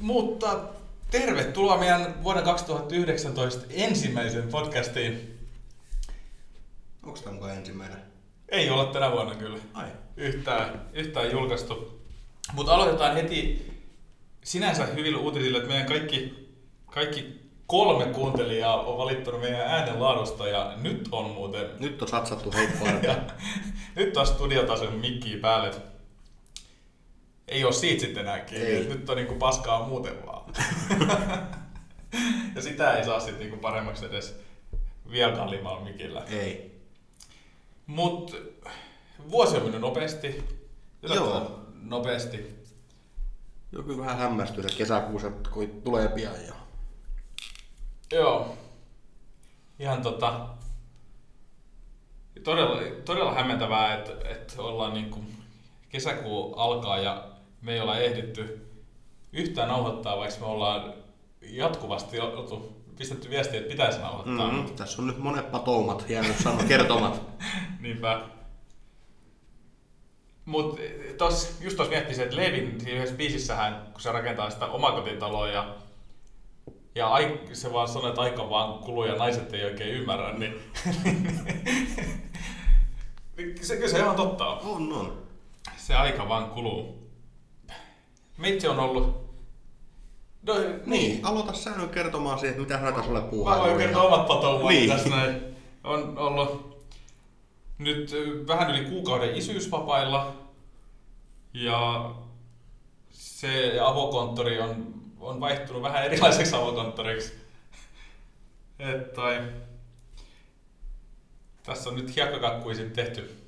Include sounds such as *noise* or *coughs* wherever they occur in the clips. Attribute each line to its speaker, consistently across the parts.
Speaker 1: Mutta tervetuloa meidän vuoden 2019 ensimmäiseen podcastiin.
Speaker 2: Onko tämä mukaan ensimmäinen?
Speaker 1: Ei olla tänä vuonna kyllä
Speaker 2: Ai.
Speaker 1: yhtään, yhtään julkaistu. Mutta aloitetaan heti sinänsä hyvillä uutisilla, että meidän kaikki, kaikki kolme kuuntelijaa on valittanut meidän äänen laadusta ja nyt on muuten
Speaker 2: Nyt on satsattu heippaan.
Speaker 1: *laughs* Ja nyt taas studiotason mikkiä päälle. Ei ole siitä sitten enää kiinni.
Speaker 2: Ei.
Speaker 1: että Nyt on niinku paskaa muuten
Speaker 2: *laughs*
Speaker 1: vaan. ja sitä ei saa sitten niinku paremmaksi edes vielä kalliimmalla mikillä.
Speaker 2: Ei.
Speaker 1: Mut vuosi on mennyt nopeasti. Yllättävän
Speaker 2: Joo.
Speaker 1: Nopeasti.
Speaker 2: Joo, kyllä vähän hämmästyy, että kesäkuussa kun tulee pian ja...
Speaker 1: Joo. Ihan tota... Todella, todella hämmentävää, että, että ollaan niin kuin kesäkuu alkaa ja me ei olla ehditty yhtään nauhoittaa, vaikka me ollaan jatkuvasti oltu, pistetty viestiä, että pitäisi nauhoittaa. Mm-hmm.
Speaker 2: Mm-hmm. Tässä on nyt monet patoumat jäänyt
Speaker 1: *laughs*
Speaker 2: sanoa kertomat.
Speaker 1: Niinpä. Mut eh, tos, just tuossa miettii se, että Levin siinä yhdessä biisissähän, kun se rakentaa sitä omakotitaloa ja, ja ai, se vaan sanoo, että aika vaan kuluu ja naiset ei oikein ymmärrä, niin *laughs* niin se, kyllä se ihan totta on.
Speaker 2: On, on.
Speaker 1: Se aika vaan kuluu. Meitsi on ollut... No,
Speaker 2: Niin, aloita sä nyt kertomaan siihen, mitä hän tässä ole puuhaa.
Speaker 1: Mä voin kertoa omat patoumani
Speaker 2: Niin.
Speaker 1: niin. tässä näin. On ollut nyt ö, vähän yli kuukauden isyysvapailla. Ja se avokonttori on, on vaihtunut vähän erilaiseksi avokonttoriksi. Et tai, tässä on nyt hiekkakakkuisit tehty,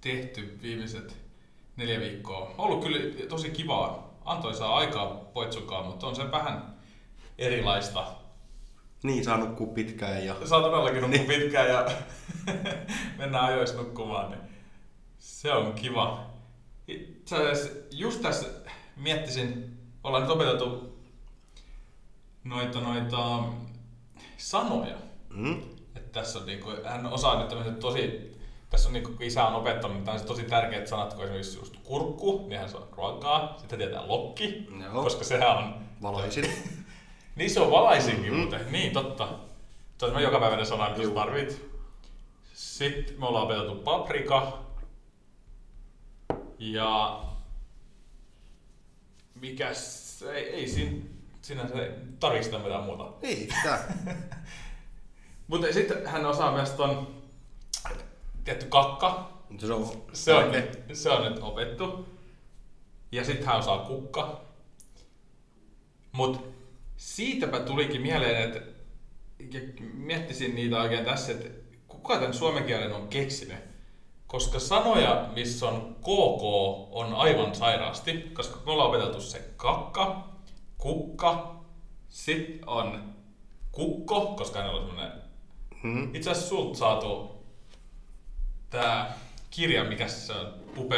Speaker 1: tehty viimeiset neljä viikkoa. Ollut kyllä tosi kivaa. Antoisaa aikaa poitsukaa, mutta on se vähän erilaista
Speaker 2: Niin, saa nukkua pitkään ja...
Speaker 1: Saa todellakin nukkua pitkään ja *laughs* mennään ajoissa nukkumaan, niin se on kiva. Itse asiassa just tässä miettisin, ollaan nyt opeteltu noita, noita sanoja.
Speaker 2: Mm?
Speaker 1: Että tässä on niinku, hän osaa nyt tämmöiset tosi, tässä on niinku, kun isä on opettanut, niin tämmöiset tosi tärkeät sanat, kun esimerkiksi just kurkku, niin hän se on ruokaa, sitten tietää lokki,
Speaker 2: Joo.
Speaker 1: koska sehän on
Speaker 2: Valoisin.
Speaker 1: niin se on valaisinkin mm-hmm. muuten. Niin, totta. Tuo on joka päivänä sana, mitä sä
Speaker 2: Juu.
Speaker 1: tarvit. Sitten me ollaan opeteltu paprika. Ja... Mikäs... Ei, ei siinä... Sinänsä tarviiko sitä mitään muuta.
Speaker 2: Ei sitä.
Speaker 1: Mutta sitten hän osaa myös ton... Tietty kakka.
Speaker 2: Se on...
Speaker 1: Se on, nyt, se on nyt opettu. Ja sitten hän osaa kukka. Mut siitäpä tulikin mieleen, että ja miettisin niitä oikein tässä, että kuka tämän suomen kielen on keksinyt? Koska sanoja, missä on KK, on aivan sairaasti, koska me ollaan opeteltu se kakka, kukka, sit on kukko, koska hänellä on semmonen
Speaker 2: Mm?
Speaker 1: itse asiassa sulta saatu tää kirja, mikä se on, Pupe,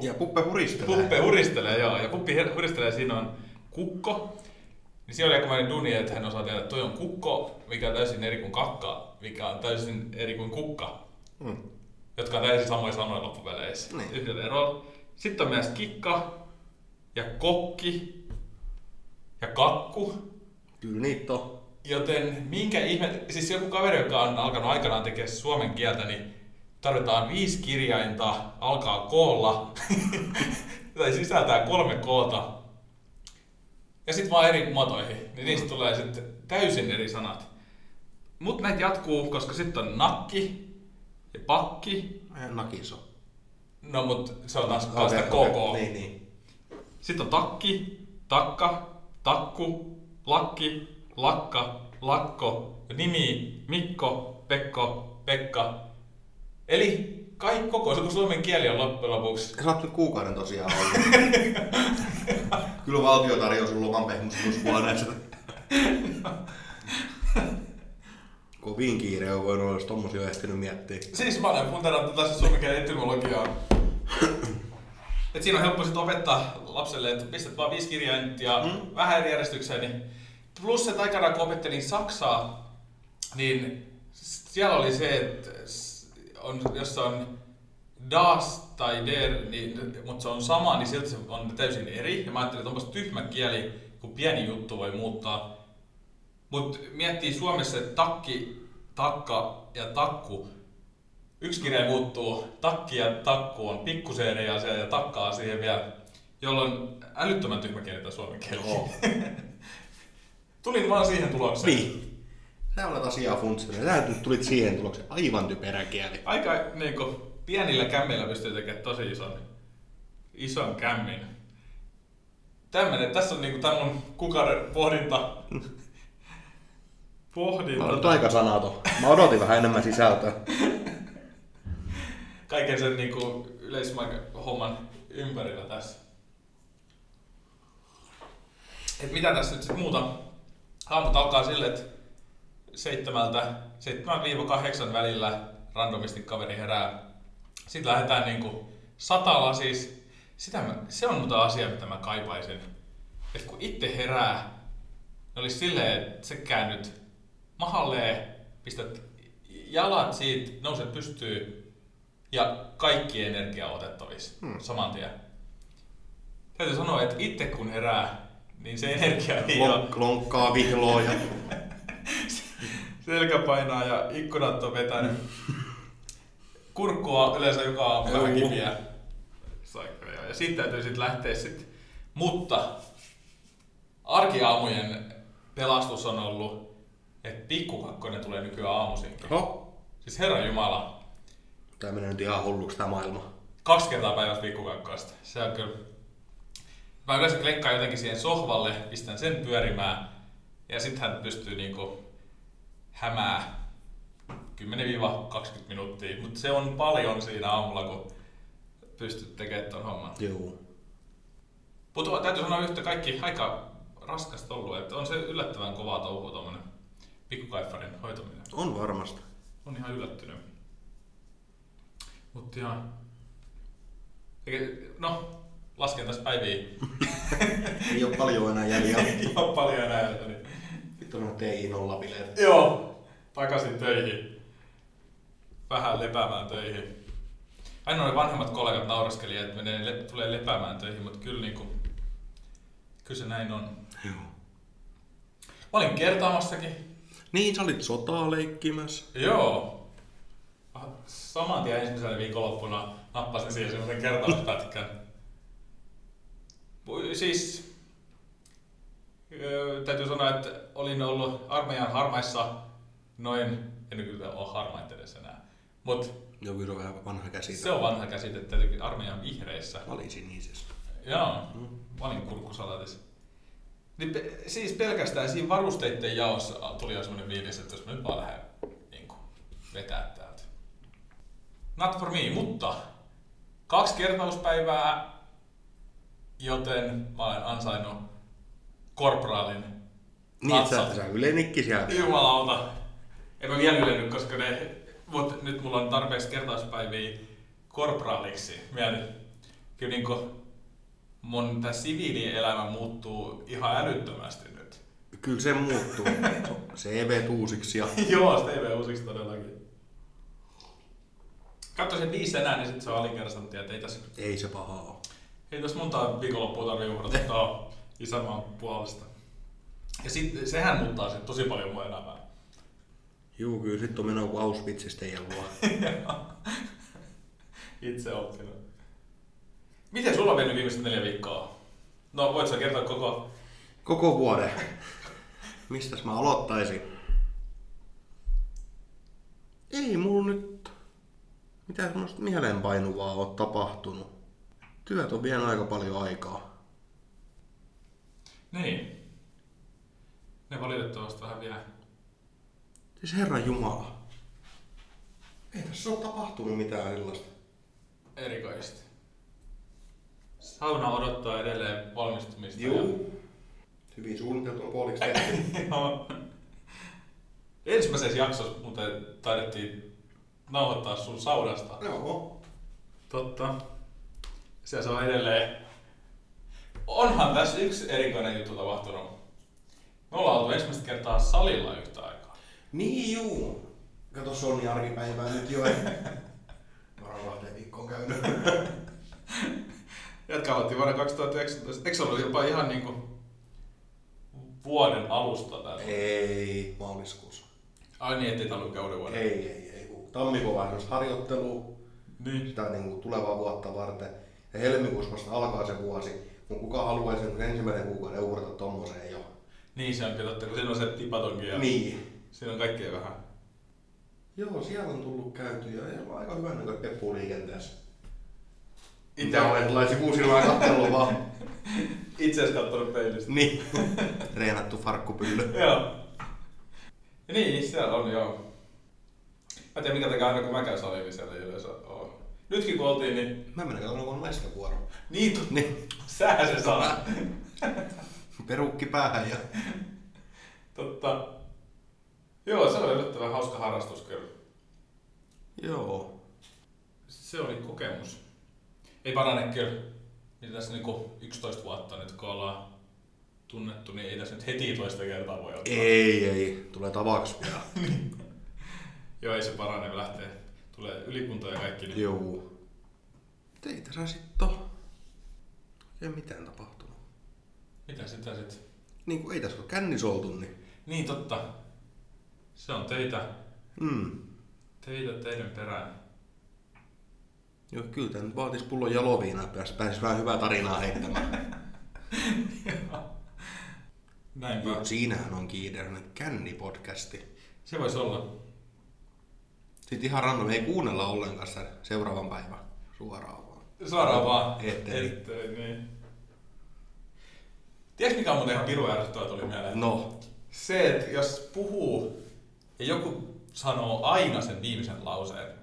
Speaker 2: Ja puppe puristelee.
Speaker 1: Puppe huristelee, joo, ja Puppi her- huristelee, siinä on kukko. Niin siellä oli aikamoinen duni, että hän osaa tehdä, että toi on kukko, mikä on täysin eri kuin kakka, mikä on täysin eri kuin kukka,
Speaker 2: Mm.
Speaker 1: jotka on täysin samoja sanoja loppupeleissä,
Speaker 2: Niin.
Speaker 1: yhdellä erolla. Sitten on myös kikka ja kokki ja kakku.
Speaker 2: Kyllä niitä on.
Speaker 1: Joten minkä ihme, siis joku kaveri, joka on alkanut aikanaan tekemään suomen kieltä, niin tarvitaan viisi kirjainta, alkaa koolla, *laughs* tai sisältää kolme koota, ja sitten vaan eri muotoihin, niin
Speaker 2: Mm.
Speaker 1: niistä tulee sitten täysin eri sanat. Mut näitä jatkuu, koska sitten on nakki ja pakki,
Speaker 2: Ajan nakiso.
Speaker 1: no mut se on taas okay, sitä
Speaker 2: Okei,
Speaker 1: koko.
Speaker 2: okei. Niin, niin.
Speaker 1: Sitten on takki, takka, takku, lakki, lakka, lakko, nimi, Mikko, Pekko, Pekka. Eli kaikki koko se, kun suomen kieli on loppujen lopuksi.
Speaker 2: Sä oot nyt kuukauden tosiaan ollut. Kyllä valtio tarjoaa sun loman pehmustushuoneesta. Kovin kiire on voinut olla, jos tommosia on ehtinyt miettiä.
Speaker 1: Siis mä olen funderannut tätä suomen kielen etymologiaa. Et siinä on helppo sit opettaa lapselle, että pistät vaan viisi kirjainta ja mm. vähän eri järjestykseen. Niin. Plus, että aikanaan kun opettelin Saksaa, niin s- siellä oli se, että s- on, jos on das tai der, niin, mutta se on sama, niin silti se on täysin eri. Ja mä ajattelin, että onpas tyhmä kieli, kun pieni juttu voi muuttaa. Mutta miettii Suomessa, että takki, takka ja takku, yksi kirja muuttuu, takki ja takku on pikkusen eri asia ja takkaa siihen vielä, jolloin älyttömän tyhmä kieli tämä suomen kieli.
Speaker 2: Joo.
Speaker 1: *laughs* Tulin vaan siihen tulokseen.
Speaker 3: Niin.
Speaker 2: Sä olet asiaa funtsinut. Sä nyt tulit siihen tulokseen. Aivan typerä kieli.
Speaker 1: Aika niin kuin, pienillä kämmillä pystyy tekemään tosi ison, ison kämmin. Tämmönen, tässä on niinku tämän mun kukauden pohdinta.
Speaker 2: *laughs* Mä olen nyt
Speaker 1: pohdinta.
Speaker 2: aika sanaton. Mä odotin vähän enemmän sisältöä.
Speaker 1: Kaiken sen niinku yleismaikkahomman ympärillä tässä. Et mitä tässä nyt sit muuta? Haamut alkaa sille, että seitsemältä, 7-8 välillä randomisti kaveri herää. Sitten lähdetään niinku satalla siis. Sitä mä, se on muuta asia, mitä mä kaipaisin. Et kun itse herää, niin olisi silleen, että sä käännyt mahalleen, pistät jalat siitä, nouset pystyyn ja kaikki energia on otettavissa hmm. saman tien. Täytyy sanoa, että itse kun herää, niin se energia ei ole
Speaker 2: Klon- Klonkkaa vihloa ja
Speaker 1: Selkä painaa ja ikkunat on vetänyt. Kurkkua yleensä joka aamu vähän
Speaker 2: Juu.
Speaker 1: kiviä. Saikka, joo. Ja siitä täytyy sitten lähteä sitten. Mutta arkiaamujen pelastus on ollut, että pikkukakkonen tulee nykyään aamuisinkin.
Speaker 2: Oho.
Speaker 1: Siis Herra Jumala,
Speaker 2: No. Tää menee nyt ihan hulluksi tää maailma.
Speaker 1: kaksi kertaa päivässä pikkukakkoista. Se on kyllä. Mä yleensä klikkaan jotenkin siihen sohvalle, pistän sen pyörimään ja sitten hän pystyy niinku hämää 10-20 minuuttia, mutta se on paljon siinä aamulla, kun pystyt tekemään ton homman.
Speaker 2: Joo.
Speaker 1: Mutta täytyy sanoa yhtä kaikki aika raskasta ollut, että on se yllättävän kovaa touhua tommonen pikkukaifarin hoitaminen.
Speaker 2: On varmasti.
Speaker 1: On ihan yllättynyt. Mutta ihan... Eikä- No, lasken tässä päiviä.
Speaker 2: Ei oo paljon enää jäljellä.
Speaker 1: ihan paljon enää. Niin.
Speaker 2: Vittu nämä TI-nollabileet.
Speaker 1: Joo, takaisin töihin. Vähän lepäämään töihin. Aina ne vanhemmat kollegat nauraskeli, että menee, le, tulee lepäämään töihin, mutta kyllä, niinku, kyllä se näin on.
Speaker 2: Joo.
Speaker 1: Mä olin kertaamassakin.
Speaker 2: Niin, sä olit sotaa leikkimässä.
Speaker 1: Joo. Ah, Saman tien ensimmäisenä viikonloppuna nappasin siihen semmoisen kertauspätkän. Voi siis öö, täytyy sanoa, että olin ollut armeijan harmaissa noin, en kyllä ole harmaita edes enää, mutta
Speaker 2: Joo, kyllä se on vähän vanha käsite.
Speaker 1: se on vanha käsite, että täytyy armeijan vihreissä.
Speaker 2: Mä olin sinisessä.
Speaker 1: Joo, mä olin kurkkusalatissa. Niin pe- siis pelkästään siinä varusteiden jaossa tuli jo semmoinen fiilis, että jos mä nyt vaan lähden niin kuin, vetää täältä. Not for me, mutta kaksi kertauspäivää, joten mä olen ansainnut korporaalin
Speaker 2: Niin, että sä,
Speaker 1: natsat.
Speaker 2: sä ylenikki sieltä.
Speaker 1: Jumalauta. En mä vielä ylennyt, koska ne... Mut nyt mulla on tarpeeksi kertauspäiviä korporaaliksi. Mieli. Kyllä niinku mun tää siviilielämä muuttuu ihan älyttömästi nyt.
Speaker 2: Kyllä se muuttuu. Se on CV tuusiksi ja...
Speaker 1: *laughs* Joo, sitä ei mene uusiksi todellakin. Katso sen viisi enää, niin sit se on alikersantti, et ei tässä
Speaker 2: Ei se paha oo.
Speaker 1: ei tässä monta viikonloppua tarvitse uhrata tuohon isänmaan puolesta. Ja sit, sehän muuttaa sit tosi paljon mun elämää.
Speaker 2: Juu, kyllä sit on menoa kuin Auschwitzista jellua.
Speaker 1: Itse oppinut. Miten sulla on mennyt viimeiset neljä viikkoa? No voit sä kertoa koko...
Speaker 2: Koko vuoden. Mistäs mä aloittaisin? Ei mulla nyt mitään semmoista mielenpainuvaa oo tapahtunut. Työt on vielä aika paljon aikaa.
Speaker 1: Niin. Ne valitettavasti vähän vielä.
Speaker 2: Siis Herran Jumala. Ei tässä ole tapahtunut mitään sellaista.
Speaker 1: erikoisesti. Sauna odottaa edelleen valmistumista.
Speaker 2: Juu. Hyvin suunniteltu on
Speaker 1: *coughs*
Speaker 2: puoliksi tehty.
Speaker 1: Ja... *laughs* Joo. Ensimmäisessä jaksossa muuten taidettiin nauhoittaa sun saunasta.
Speaker 2: Joo.
Speaker 1: Totta. Siellä se on edelleen. Onhan tässä yksi erikoinen juttu tapahtunut. Me ollaan oltu ensimmäistä kertaa salilla yhtä aikaa.
Speaker 2: Niin juu. Kato, se on niin arkipäivää nyt jo. Varaa kahteen viikkoon
Speaker 3: on käynyt.
Speaker 1: Jätkä aloitti vuonna 2019. Eikö se ollut jopa ihan niinku vuoden alusta tai?
Speaker 2: Ei, maaliskuussa.
Speaker 1: Ai niin, ettei tallukkaan uuden vuoden.
Speaker 2: Ei, ei, ei. kun Tammikuun vaihdos harjoittelu
Speaker 1: Niin.
Speaker 2: sitä niin kuin tulevaa vuotta varten. Ja helmikuussa vasta alkaa se vuosi. Mutta kuka haluaa sen kun ensimmäinen kuukauden uhrata tommoseen jo?
Speaker 1: Niin se on kyllä totta, kun siinä on se tipatonkin ja
Speaker 2: Niin.
Speaker 1: siinä on kaikkea vähän.
Speaker 2: Joo, siellä on tullut käyty ja ei ole aika hyvä No. näköinen peppu liikenteessä.
Speaker 1: Itse,
Speaker 2: olen tällaisen kuusilmään kattellut vaan.
Speaker 1: itse asiassa katsonut peilistä.
Speaker 2: *laughs* Niin. Treenattu farkkupylly.
Speaker 1: Joo. Ja niin, siellä on joo. Mä en tiedä minkä takia aina kun mä käyn salilla, niin siellä ei yleensä ole. Nytkin kun oltiin, niin...
Speaker 2: Mä menen katsomaan, kun on läskävuoro.
Speaker 1: Niin, tu-
Speaker 2: Niin.
Speaker 1: sähän se saa.
Speaker 2: Perukki päähän ja...
Speaker 1: Totta. Joo, se oli yllättävän hauska harrastus kyllä.
Speaker 2: Joo.
Speaker 1: Se oli kokemus. Ei parane kyllä. Niin tässä niinku 11 vuotta nyt kun ollaan tunnettu, niin ei tässä nyt heti toista kertaa voi ottaa.
Speaker 2: Ei, ei. Tulee tavaksi vielä.
Speaker 1: Joo, ei se parane, kun lähtee. Tulee ylikunta ja kaikki. Niin...
Speaker 2: Joo. Ei tässä sitten oo oikein mitään tapahtunut.
Speaker 1: Mitä sitä sitten?
Speaker 2: Niin kuin ei tässä ole kännissä oltu, niin...
Speaker 1: Niin totta. Se on töitä,
Speaker 2: Mm.
Speaker 1: töitä teidän *laughs* perään.
Speaker 2: Joo, kyllä tämä nyt vaatis pullon jaloviinaa, pääs, pääsis vähän hyvää tarinaa heittämään.
Speaker 1: Näinpä.
Speaker 2: Joo, siinähän on kiireinen kännipodcasti.
Speaker 1: Se voisi olla.
Speaker 2: Sitten ihan random, ei kuunnella ollenkaan sitä seuraavan päivän suoraan vaan.
Speaker 1: Suoraan vaan.
Speaker 2: Ettei.
Speaker 1: Ettei, niin. Ties mikä on muuten ihan pirun ärsyttävä tuli mieleen?
Speaker 2: No,
Speaker 1: Se, että jos puhuu ja joku sanoo aina sen viimeisen lauseen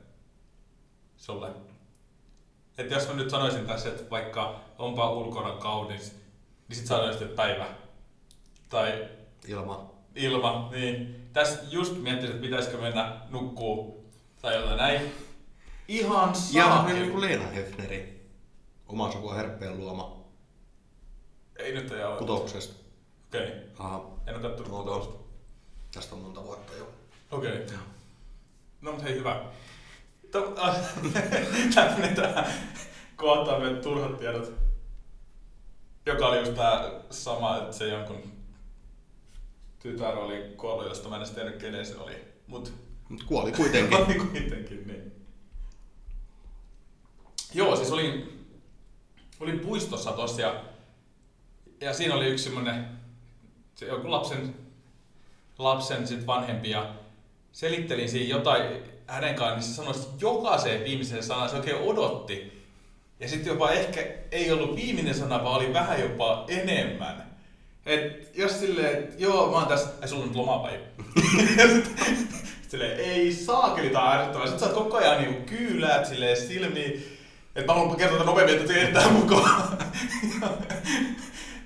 Speaker 1: sulle. Että jos mä nyt sanoisin tässä, että vaikka onpa ulkona kaunis, niin sit sanoisit, että päivä. Tai
Speaker 2: ilma.
Speaker 1: ilma, niin tässä just miettisin, että pitäisikö mennä nukkuu tai jotain näin. Ihan
Speaker 2: Ja
Speaker 1: saakeli.
Speaker 2: niin kuin Leena Hefneri. Oma sukua herppeen luoma.
Speaker 1: Ei nyt ei ole. Okei,
Speaker 2: Kutouksesta.
Speaker 1: okay.
Speaker 2: Aha.
Speaker 1: en oo kattonut
Speaker 2: Okei.
Speaker 1: kutousta.
Speaker 2: Tästä on monta vuotta jo.
Speaker 1: Okei. No mut hei, hyvä. To- *laughs* äh, Tää meni tähän kohtaan meidän turhat tiedot. Joka oli just tää sama, että se jonkun tytär oli kuollut, josta mä en edes tiennyt kenen se oli. Mut
Speaker 2: Mut kuoli kuitenkin.
Speaker 1: Oli *laughs* kuitenkin, niin. Joo, siis olin, olin puistossa tossa ja, ja siinä oli yksi semmonen, se joku lapsen, lapsen sit vanhempi ja selittelin siinä jotain hänen kanssaan, niin se sanoi sit jokaiseen viimeiseen sanaan, se oikein odotti. Ja sitten jopa ehkä ei ollut viimeinen sana, vaan oli vähän jopa enemmän. Et jos silleen, että joo, mä oon tässä, ei sulla on nyt lomapäivä. *laughs* Ja sit- silleen, ei saakeli, tää on ärsyttävää. Sitten sä oot koko ajan niinku kyyläät silleen silmiin. Että mä haluan kertoa tän nopeammin, että se ehtää mukaan. *laughs*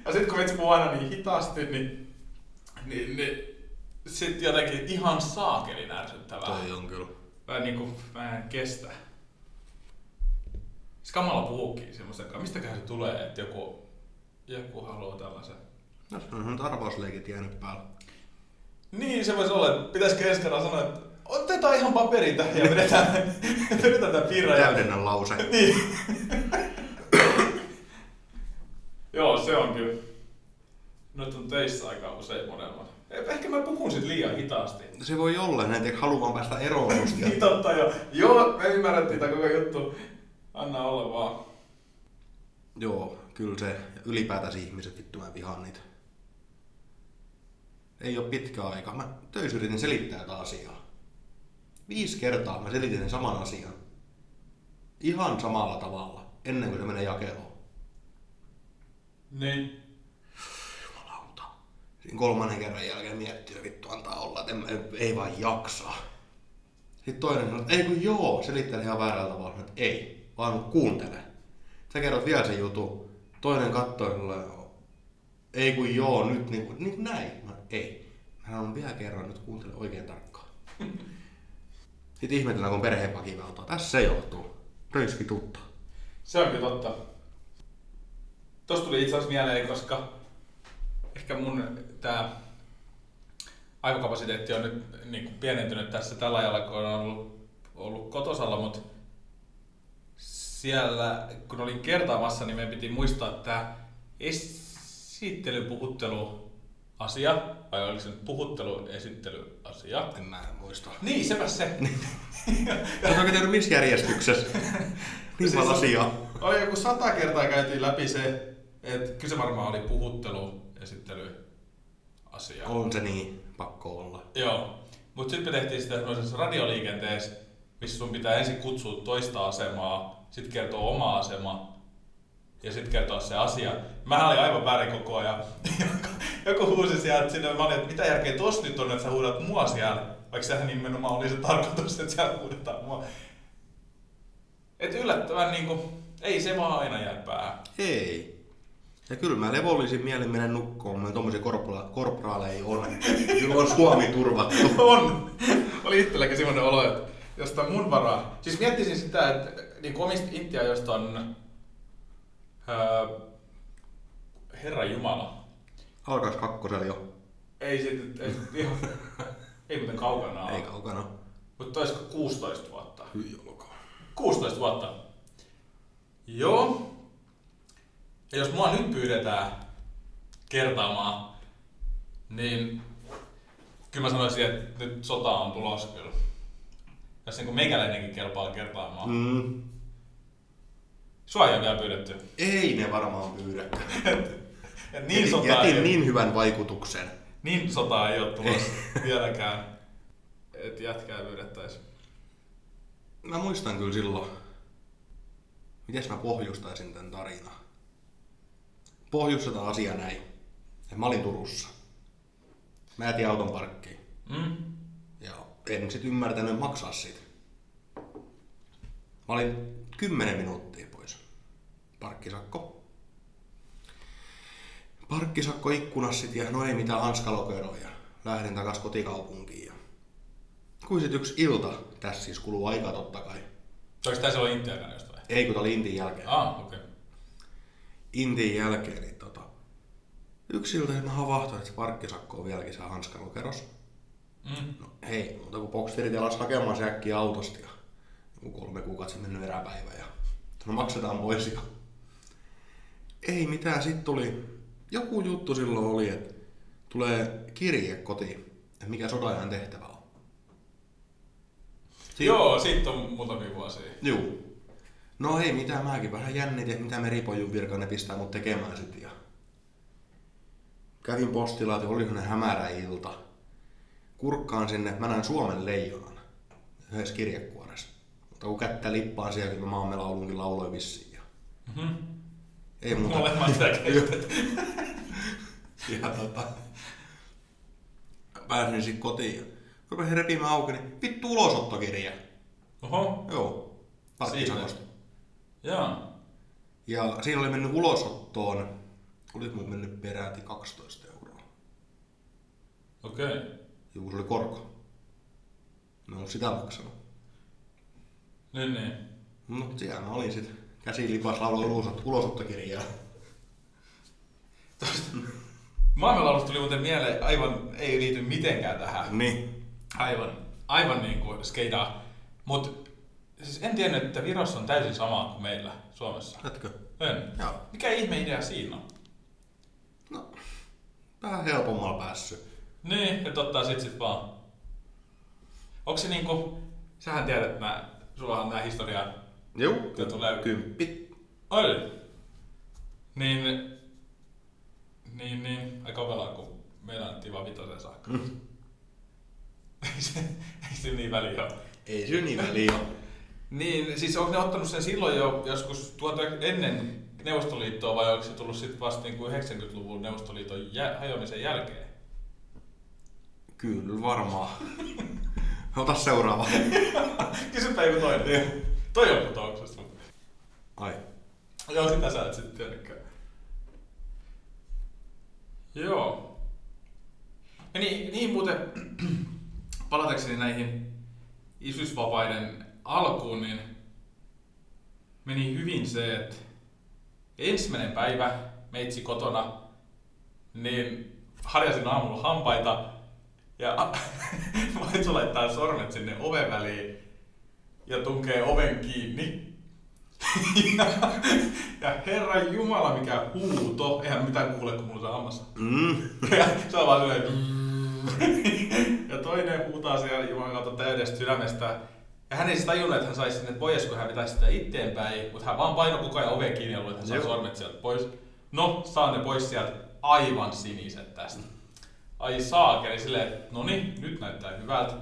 Speaker 1: ja sit kun vitsi puhuu aina niin hitaasti, niin, niin, niin sit jotenkin ihan saakelin ärsyttävää.
Speaker 2: *laughs* Toi on kyllä.
Speaker 1: Mä, niin kuin, mä en kestä. Siis kamala puhuukin semmoisen kanssa. Mistäköhän se tulee, että joku, joku haluaa tällaisen?
Speaker 2: No se on nyt arvausleikit jäänyt päällä.
Speaker 1: Niin, se voisi olla, että pitäisikö ensi kerralla sanoa, että otetaan ihan paperi tähän ja vedetään, *laughs* vedetään tämä pirra. Ja...
Speaker 2: Täydennä lause.
Speaker 1: Niin. *laughs* Joo, se on kyllä. Nyt on teissä aika usein molemmat. Ehkä mä puhun sit liian hitaasti.
Speaker 2: Se voi olla, näin tiedä, haluan päästä eroon musta.
Speaker 1: Niin totta joo. Joo, me ymmärrettiin tää koko juttu. Anna olla vaan.
Speaker 2: Joo, kyllä se ylipäätänsä ihmiset vittu mä vihaan niitä. Ei ole pitkä aika. Mä töissä yritin selittää tätä asiaa. Viisi kertaa mä selitin sen saman asian. Ihan samalla tavalla, ennen kuin se menee jakeluun.
Speaker 1: Niin.
Speaker 2: Jumalauta. Siinä kolmannen kerran jälkeen miettii, että vittu antaa olla, että en, en- ei vaan jaksaa. Sitten toinen sanoo, että ei kun joo, selittää ihan väärällä tavalla. Sanoin, Että ei, vaan kuuntele. Sä kerrot vielä sen jutun. Toinen katsoo minulle, ei kun joo, nyt niin kuin, niin kuin näin. Mä, sanoin, ei, mä sanon vielä kerran, nyt kuuntele oikein tarkkaan. Sitten ihmetellään, kun perheväkivaltaa. Tässä se johtuu. Röyski tuttaa.
Speaker 1: Se on kyllä totta. Tuosta tuli itse asiassa mieleen, koska ehkä mun tämä aivokapasiteetti on nyt niin kuin pienentynyt tässä tällä ajalla, kun on ollut, ollut kotosalla, mutta siellä, kun olin kertaamassa, niin meidän piti muistaa tämä esittelypuhutteluasia, vai oliko se nyt puhuttelu-esittelyasia?
Speaker 2: En mä en muista.
Speaker 1: Niin, sepä se.
Speaker 2: Olet oikein tehnyt missä järjestyksessä? *laughs* niin paljon
Speaker 1: Siis-
Speaker 2: asiaa.
Speaker 1: Oli joku sata kertaa käytiin läpi se, että kyllä se varmaan oli puhuttelu, esittely, asia.
Speaker 2: On se niin, pakko olla.
Speaker 1: Joo, mutta sitten me tehtiin sitä semmoisessa radioliikenteessä, missä sun pitää ensin kutsua toista asemaa, sitten kertoa oma asema ja sitten kertoa se asia. Mä olin aivan väärin koko ajan. *laughs* Joku huusi sieltä sinne, mä olin, että mitä järkeä tossa nyt on, että sä huudat mua siellä, vaikka sehän nimenomaan oli se tarkoitus, että siellä huudetaan mua. Et yllättävän niinku, ei se vaan aina jää päähän.
Speaker 2: Ei. Ja kyllä mä levollisin mielen mennä nukkoon, mä tommosia korpora- korporaaleja on. Kyllä on Suomi turvattu.
Speaker 1: On! Oli itselläkin semmoinen olo, että jos tää on mun varaa. Siis miettisin sitä, että niin kuin omista itseä jostain öö, Herra Jumala.
Speaker 2: Alkaas kakkosella jo.
Speaker 1: Ei sitten, ei, sit ihan, ei muuten kaukana
Speaker 2: Ei
Speaker 1: ole.
Speaker 2: kaukana.
Speaker 1: Mutta olisiko 16 vuotta?
Speaker 2: Hyi olkoon.
Speaker 1: 16 vuotta. Joo. Ja jos mua nyt pyydetään kertaamaan, niin kyllä mä sanoisin, että nyt sota on tulossa kyllä. Jos niin meikäläinenkin kelpaa kertaamaan. Mm.
Speaker 2: Mm.
Speaker 1: Sua ei ole vielä pyydetty.
Speaker 2: Ei ne varmaan pyydä.
Speaker 1: Ja niin,
Speaker 2: Jätin-
Speaker 1: sota ei,
Speaker 2: Jätin
Speaker 1: niin.
Speaker 2: niin hyvän vaikutuksen.
Speaker 1: niin sotaa ei ole *laughs* tulossa vieläkään. Et jätkää pyydettäisiin.
Speaker 2: Mä muistan kyllä silloin, miten mä pohjustaisin tämän tarinan. Pohjustetaan asia näin. Et Mä olin Turussa. Mä jätin auton parkkiin.
Speaker 1: Mm?
Speaker 2: Ja en sit ymmärtänyt maksaa siitä. Mä olin 10 minuuttia pois. Parkkisakko. Parkkisakko ikkunassa sit ja no ei mitään hanskalokeroja. Lähdin takas kotikaupunkiin. Ja... Kuin sit yksi ilta, tässä siis kuluu aikaa totta kai.
Speaker 1: Oliko tää silloin Intian jostain?
Speaker 2: Ei kun tää oli Intin jälkeen.
Speaker 1: Ah, okei. Okay.
Speaker 2: Intin jälkeen, niin tota, yksi ilta niin mä havahtuin, että se parkkisakko on vieläkin se hanskalukeros.
Speaker 1: Mm.
Speaker 2: No hei, mutta kun boksterit alas hakemaan se äkkiä autosta ja joku kolme kuukautta sitten mennyt eräpäivä ja no maksetaan pois ja ei mitään, sitten tuli joku juttu silloin oli, että tulee kirje kotiin, että mikä sodajan tehtävä on. Siin-
Speaker 1: Joo, siitä on muutamia vuosia.
Speaker 2: Juu. No ei mitään, mäkin vähän jännitin, että mitä meripojun virka ne pistää mut tekemään sit. Ja... Kävin postilaati, oli sellainen hämärä ilta. Kurkkaan sinne, mä näen Suomen leijonan yhdessä kirjekuoressa. Mutta kun kättä lippaan siellä, kun mä maamme laulunkin lauloin vissiin. Ja...
Speaker 1: Mm-hmm.
Speaker 2: Ei muuta.
Speaker 1: Molemmat sitä käytetään.
Speaker 2: ja tota... Pääsin sitten kotiin ja rupesin repimään auki, niin vittu ulosottokirja.
Speaker 1: Oho,
Speaker 2: Joo, parkkisakosta.
Speaker 1: jaa.
Speaker 2: Ja siinä oli mennyt ulosottoon, oli mun mennyt peräti 12 euroa.
Speaker 1: Okei. Okay.
Speaker 2: Joku se oli korko. Mä en ollut sitä maksanut.
Speaker 1: Niin, niin.
Speaker 2: No siellä mä olin sit. Käsi lipas lauloi ulosot, ulosottokirjaa.
Speaker 1: Maailmanlaulusta tuli muuten mieleen, aivan ei liity mitenkään tähän.
Speaker 2: Niin.
Speaker 1: Aivan. Aivan niin kuin skeidaa. Mut siis en tiennyt, että Virossa on täysin sama kuin meillä Suomessa.
Speaker 2: Etkö?
Speaker 1: En.
Speaker 2: Joo.
Speaker 1: Mikä ihme idea siinä on?
Speaker 2: No, vähän helpommalla päässyt.
Speaker 1: Niin, että ottaa sit sit vaan. Onko se niinku, sähän tiedät, että mä, sulla on nää historiaa.
Speaker 2: Joo.
Speaker 1: Ja tulee
Speaker 2: Kymppi.
Speaker 1: Oi. Niin, niin, niin, aika velaa, kun meillä on tiva vitoseen saakka.
Speaker 2: Mm.
Speaker 1: *laughs* ei se, ei se niin väliä ole.
Speaker 2: Ei syni väliä. oo.
Speaker 1: Niin, siis onko ne ottanut sen silloin jo joskus tuota ennen Neuvostoliittoa vai onko se tullut sitten vasta niin kuin 90-luvun Neuvostoliiton jä- hajoamisen jälkeen?
Speaker 2: Kyllä varmaan. *laughs* Ota seuraava.
Speaker 1: Kysypä joku toinen. Toi on kotouksessa.
Speaker 2: Ai.
Speaker 1: Joo, sitä sä et sitten tiedäkään. Joo. Ja niin, niin muuten, *clears throat* palatakseni näihin isyysvapaiden alkuun, niin meni hyvin se, että ensimmäinen päivä meitsi kotona, niin harjasin aamulla hampaita ja *laughs* Vaitsu laittaa sormet sinne oven väliin ja tunkee oven kiinni. *laughs* ja, ja herra Jumala, mikä huuto. Eihän mitään kuule, kun mulla on se hammas.
Speaker 2: Mm.
Speaker 1: Ja se on vaan silleen... "Mm." ja toinen huutaa siellä Jumalan kautta täydestä sydämestä. Ja hän ei siis tajunnut, että hän saisi sinne, että voisiko hän pitäisi sitä iteenpäin, mutta hän vaan painoi koko ajan oven kiinni ja luuli, että hän saa
Speaker 2: Joo.
Speaker 1: sormet sieltä pois. No, saa ne pois sieltä aivan siniset tästä. Ai saakeli, silleen, no niin, nyt näyttää hyvältä.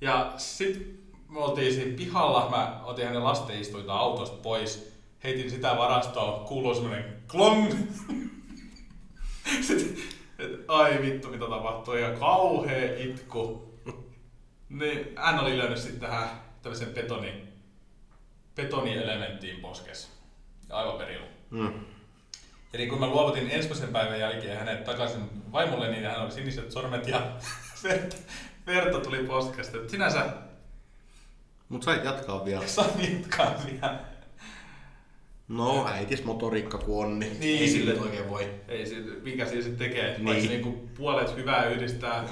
Speaker 1: Ja sit me oltiin siinä pihalla, mä otin hänen lastenistuinta autosta pois, heitin sitä varastoon, kuuluu semmonen klong. *laughs* Sitten, et, ai vittu mitä tapahtui ja kauhea itku. Niin hän oli löynyt sitten tähän tämmöisen betoni, betonielementtiin poskessa. Ja aivan perillä.
Speaker 2: Mm.
Speaker 1: Eli kun mä luovutin ensimmäisen päivän jälkeen hänet takaisin vaimolle, niin hän oli siniset sormet ja *laughs* verta, verta tuli poskesta. Et Sinänsä
Speaker 2: Mut sait jatkaa vielä.
Speaker 1: saan jatkaa vielä.
Speaker 2: No, äitis motoriikka kun on, niin,
Speaker 1: Niin.
Speaker 2: ei sille nyt oikein voi.
Speaker 1: Ei se, mikä siinä sitten tekee, niin. vaikka
Speaker 2: Niin.
Speaker 1: se niinku puolet hyvää yhdistää.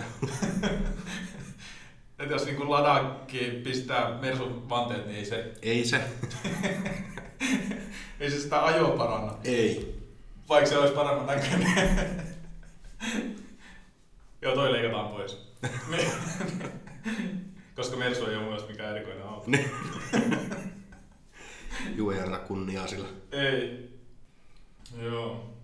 Speaker 1: Et jos niinku ladakki pistää Mersun vanteet, niin ei se,
Speaker 2: Ei se.
Speaker 1: ei se sitä ajoa paranna.
Speaker 2: Ei.
Speaker 1: Vaikka se olisi paremman näköinen. Joo, toi leikataan pois. Koska Mersu ei ole mun mielestä mikään erikoinen auto.
Speaker 2: Niin. Juu, ei anneta kunniaa sillä.
Speaker 1: Ei. Joo.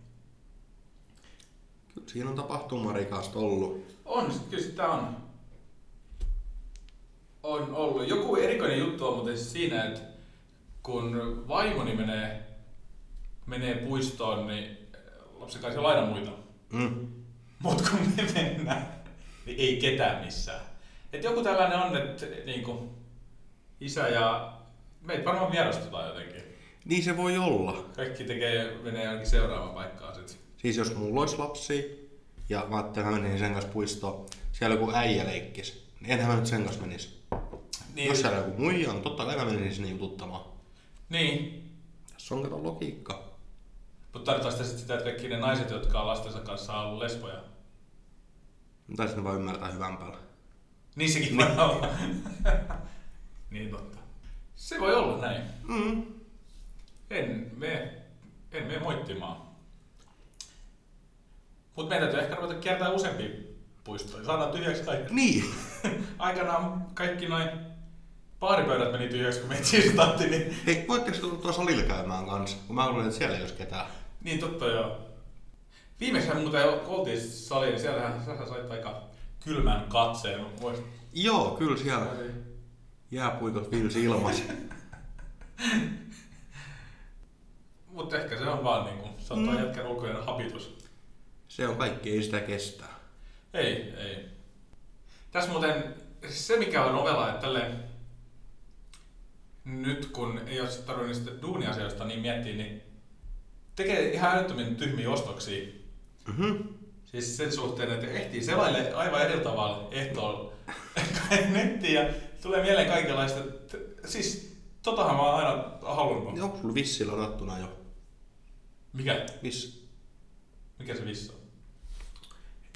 Speaker 2: Kyllä siinä on tapahtumarikasta ollut.
Speaker 1: On, sit- kyllä sitä on. On ollut. Joku erikoinen juttu on muuten siis siinä, että kun vaimoni menee, menee puistoon, niin lapsi kai se on aina muita.
Speaker 2: Mm.
Speaker 1: Mut kun me mennään, niin ei ketään missään. Et joku tällainen on, että niinku, isä ja meitä varmaan vierastutaan jotenkin.
Speaker 2: Niin se voi olla.
Speaker 1: Kaikki tekee, menee jonnekin seuraavaan paikkaan sit.
Speaker 2: Siis jos mulla olisi lapsia ja mä ajattelin, että mä menisin sen kanssa puistoon, siellä joku äijä leikkis, niin enhän mä nyt sen kanssa menis. Niin. Jos siellä joku muija on, totta kai mä menisin sinne jututtamaan.
Speaker 1: niin.
Speaker 2: Tässä on kato logiikka.
Speaker 1: Mutta tarkoittaa sitä, sit sitä, että kaikki ne naiset, jotka on lastensa kanssa ollut lesboja.
Speaker 2: Tai sitten vaan ymmärtää hyvän päällä.
Speaker 1: Niin sekin voi olla. *laughs* niin totta. Se voi olla näin.
Speaker 2: Mm.
Speaker 1: En mene, en mene moittimaan. Mutta meidän täytyy ehkä ruveta kiertää useampia puistoja. Saadaan tyhjäksi kaikki. *laughs*
Speaker 2: Niin.
Speaker 1: Aikanaan kaikki noin baaripöydät meni tyhjäksi, kun meitä siirtattiin. Niin,
Speaker 2: Hei, voitteko tulla tuossa salilla käymään kanssa? Kun mä luulen, että siellä ei olisi ketään.
Speaker 1: niin totta joo. Viimeksi muuten oltiin saliin, niin siellähän sähän sait aika kylmän katseen. Vois...
Speaker 2: Joo, kyllä siellä jääpuikot vilsi ilmas.
Speaker 1: Mutta ehkä se on vaan niinku, se on mm.
Speaker 2: Mm.
Speaker 1: jätkän ulkoinen habitus.
Speaker 2: Se on kaikki, ei sitä kestää.
Speaker 1: Ei, ei. Tässä muuten siis se, mikä on ovela, että tälleen, nyt kun ei ole tarvinnut niistä duuniasioista niin miettiä, niin tekee ihan älyttömän tyhmiä ostoksia.
Speaker 2: Mhm.
Speaker 1: Siis sen suhteen, että ehtii selaille aivan eri tavalla ehtoolla *laughs* nettiin ja tulee mieleen kaikenlaista. t- Siis totahan mä oon aina halunnut.
Speaker 2: Onko sulla vissillä ladattuna jo?
Speaker 1: Mikä?
Speaker 2: Viss.
Speaker 1: Mikä se vissi on?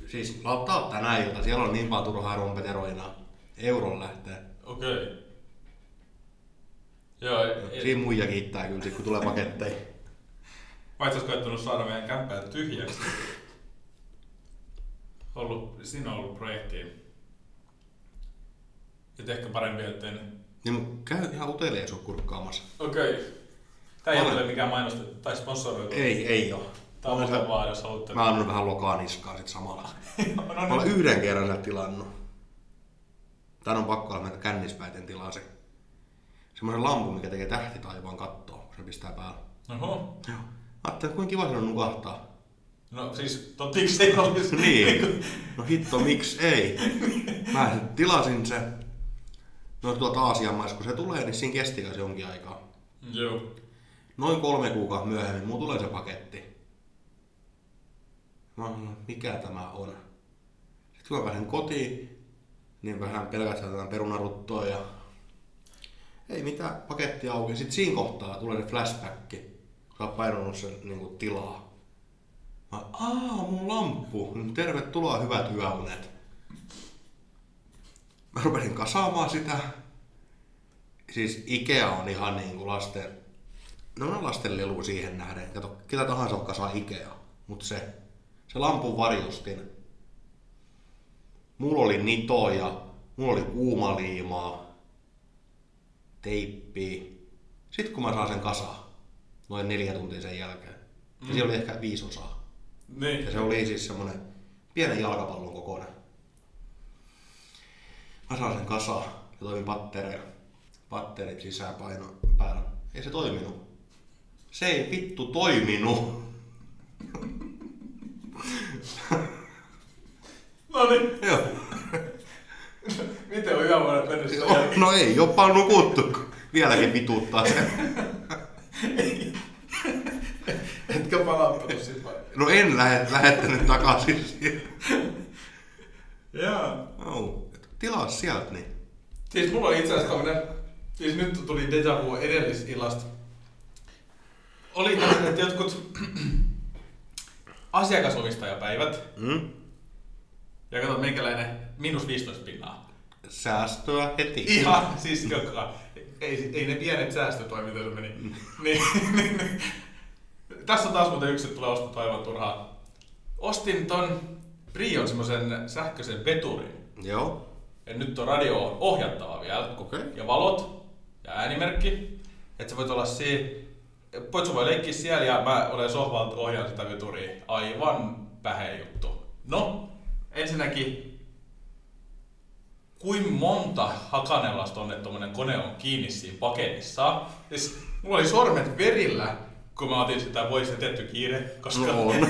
Speaker 2: Siis lataa tänä ilta, siellä on niin paljon turhaa rumpeteroinaa. Euron lähtee.
Speaker 1: Okei. Okay. Joo, ei-
Speaker 2: Siinä muija kiittää kyllä, sit, kun tulee paketteja.
Speaker 1: Vai et ois koettanut saada meidän kämppää tyhjäksi? ollut, siinä on ollut projekti. Et ehkä parempi, että en...
Speaker 2: Niin mun käy ihan uteliaan sun kurkkaamassa.
Speaker 1: Okei. Okay. Tää ei
Speaker 2: Olen-
Speaker 1: ole mikään mainostettu tai sponsoroitu.
Speaker 2: Ei, ei oo.
Speaker 1: Tää on muuten vaan, jos haluatte.
Speaker 2: Mä annan vähän lokaa niskaa sit samalla.
Speaker 1: *laughs* no,
Speaker 2: Mä
Speaker 1: no,
Speaker 2: olen yhden kerran sen tilannut. Tän on pakko olla meitä kännispäiten tilaa se. Semmoisen lampun, mikä tekee tähti taivaan kattoon, kun se pistää päällä.
Speaker 1: Oho.
Speaker 2: Joo. Mä ajattelin, että kuinka kiva se on nukahtaa.
Speaker 1: no siis totiksi ei olisi.
Speaker 2: Niin. No hitto, miksi ei? Mä sen tilasin se. No tuolta Aasian maissa, kun se tulee, niin siinä kesti kanssa jonkin aikaa.
Speaker 1: *laughs* Joo.
Speaker 2: Noin kolme kuukautta myöhemmin mulla tulee se paketti. Mä oon, no, mikä tämä on? Sitten kun mä pääsen kotiin, niin vähän pelkästään tätä perunaruttoa ja ei mitään, paketti auki. Sitten siinä kohtaa tulee se flashback, kun sä oot painanut sen niin kuin, tilaa. Mä, aa, mun lamppu. Mm, Tervetuloa, hyvät yöunet. Mä rupesin kasaamaan sitä. siis Ikea on ihan niin kuin lasten, no on lasten lelu siihen nähden. Kato, ketä tahansa vaikka saa Ikea, mutta se, se lampun varjustin. Mulla oli nitoja, mulla oli kuumaliimaa, teippiä. Sitten kun mä saan sen kasaan, noin neljä tuntia sen jälkeen, mm. siinä oli ehkä viisi osaa.
Speaker 1: Niin.
Speaker 2: Ja se oli siis semmonen pienen jalkapallon kokoinen. Mä saan sen kasaan ja toimin pattereja. Patterit sisään paino päällä. Ei se toiminut. Se ei vittu toiminut. *laughs*
Speaker 1: No niin,
Speaker 2: Joo.
Speaker 1: miten on hyvä voida mennyt sen jälkeen?
Speaker 2: No ei jopa nukuttu. Vieläkin vituttaa se.
Speaker 1: Etkä palauttanut sit vai?
Speaker 2: No en lähe, lähettänyt takaisin siihen.
Speaker 1: Jaa.
Speaker 2: Au. Tilaa sieltä niin.
Speaker 1: Siis mulla oli itse asiassa tommonen, siis nyt tuli deja vu edellisillasta. Oli tämmöiset jotkut *clears throat* asiakasomistajapäivät.
Speaker 2: Mm?
Speaker 1: Ja kato meikäläinen miinus 15 pinnaa.
Speaker 2: Säästöä heti.
Speaker 1: Ihan siis joka, ei, ei ne pienet säästötoimintoja meni. *laughs* Niin, niin, niin. Tässä on taas muuten yksi, että tulee ostettua aivan turhaa. Ostin ton Prion semmosen sähköisen veturin.
Speaker 2: Joo.
Speaker 1: Ja nyt on radio on ohjattava vielä.
Speaker 2: Okei.
Speaker 1: Ja valot ja äänimerkki. Että sä voit olla siinä. Poitsu voi leikkiä siellä ja mä olen sohvalta ohjaan sitä veturia. Aivan pähe juttu. No, ensinnäkin kuin monta hakanelasta tonne tommonen kone on kiinni siinä paketissa. Siis mulla oli sormet verillä, kun mä otin sitä pois ja tietty kiire, koska
Speaker 2: No on.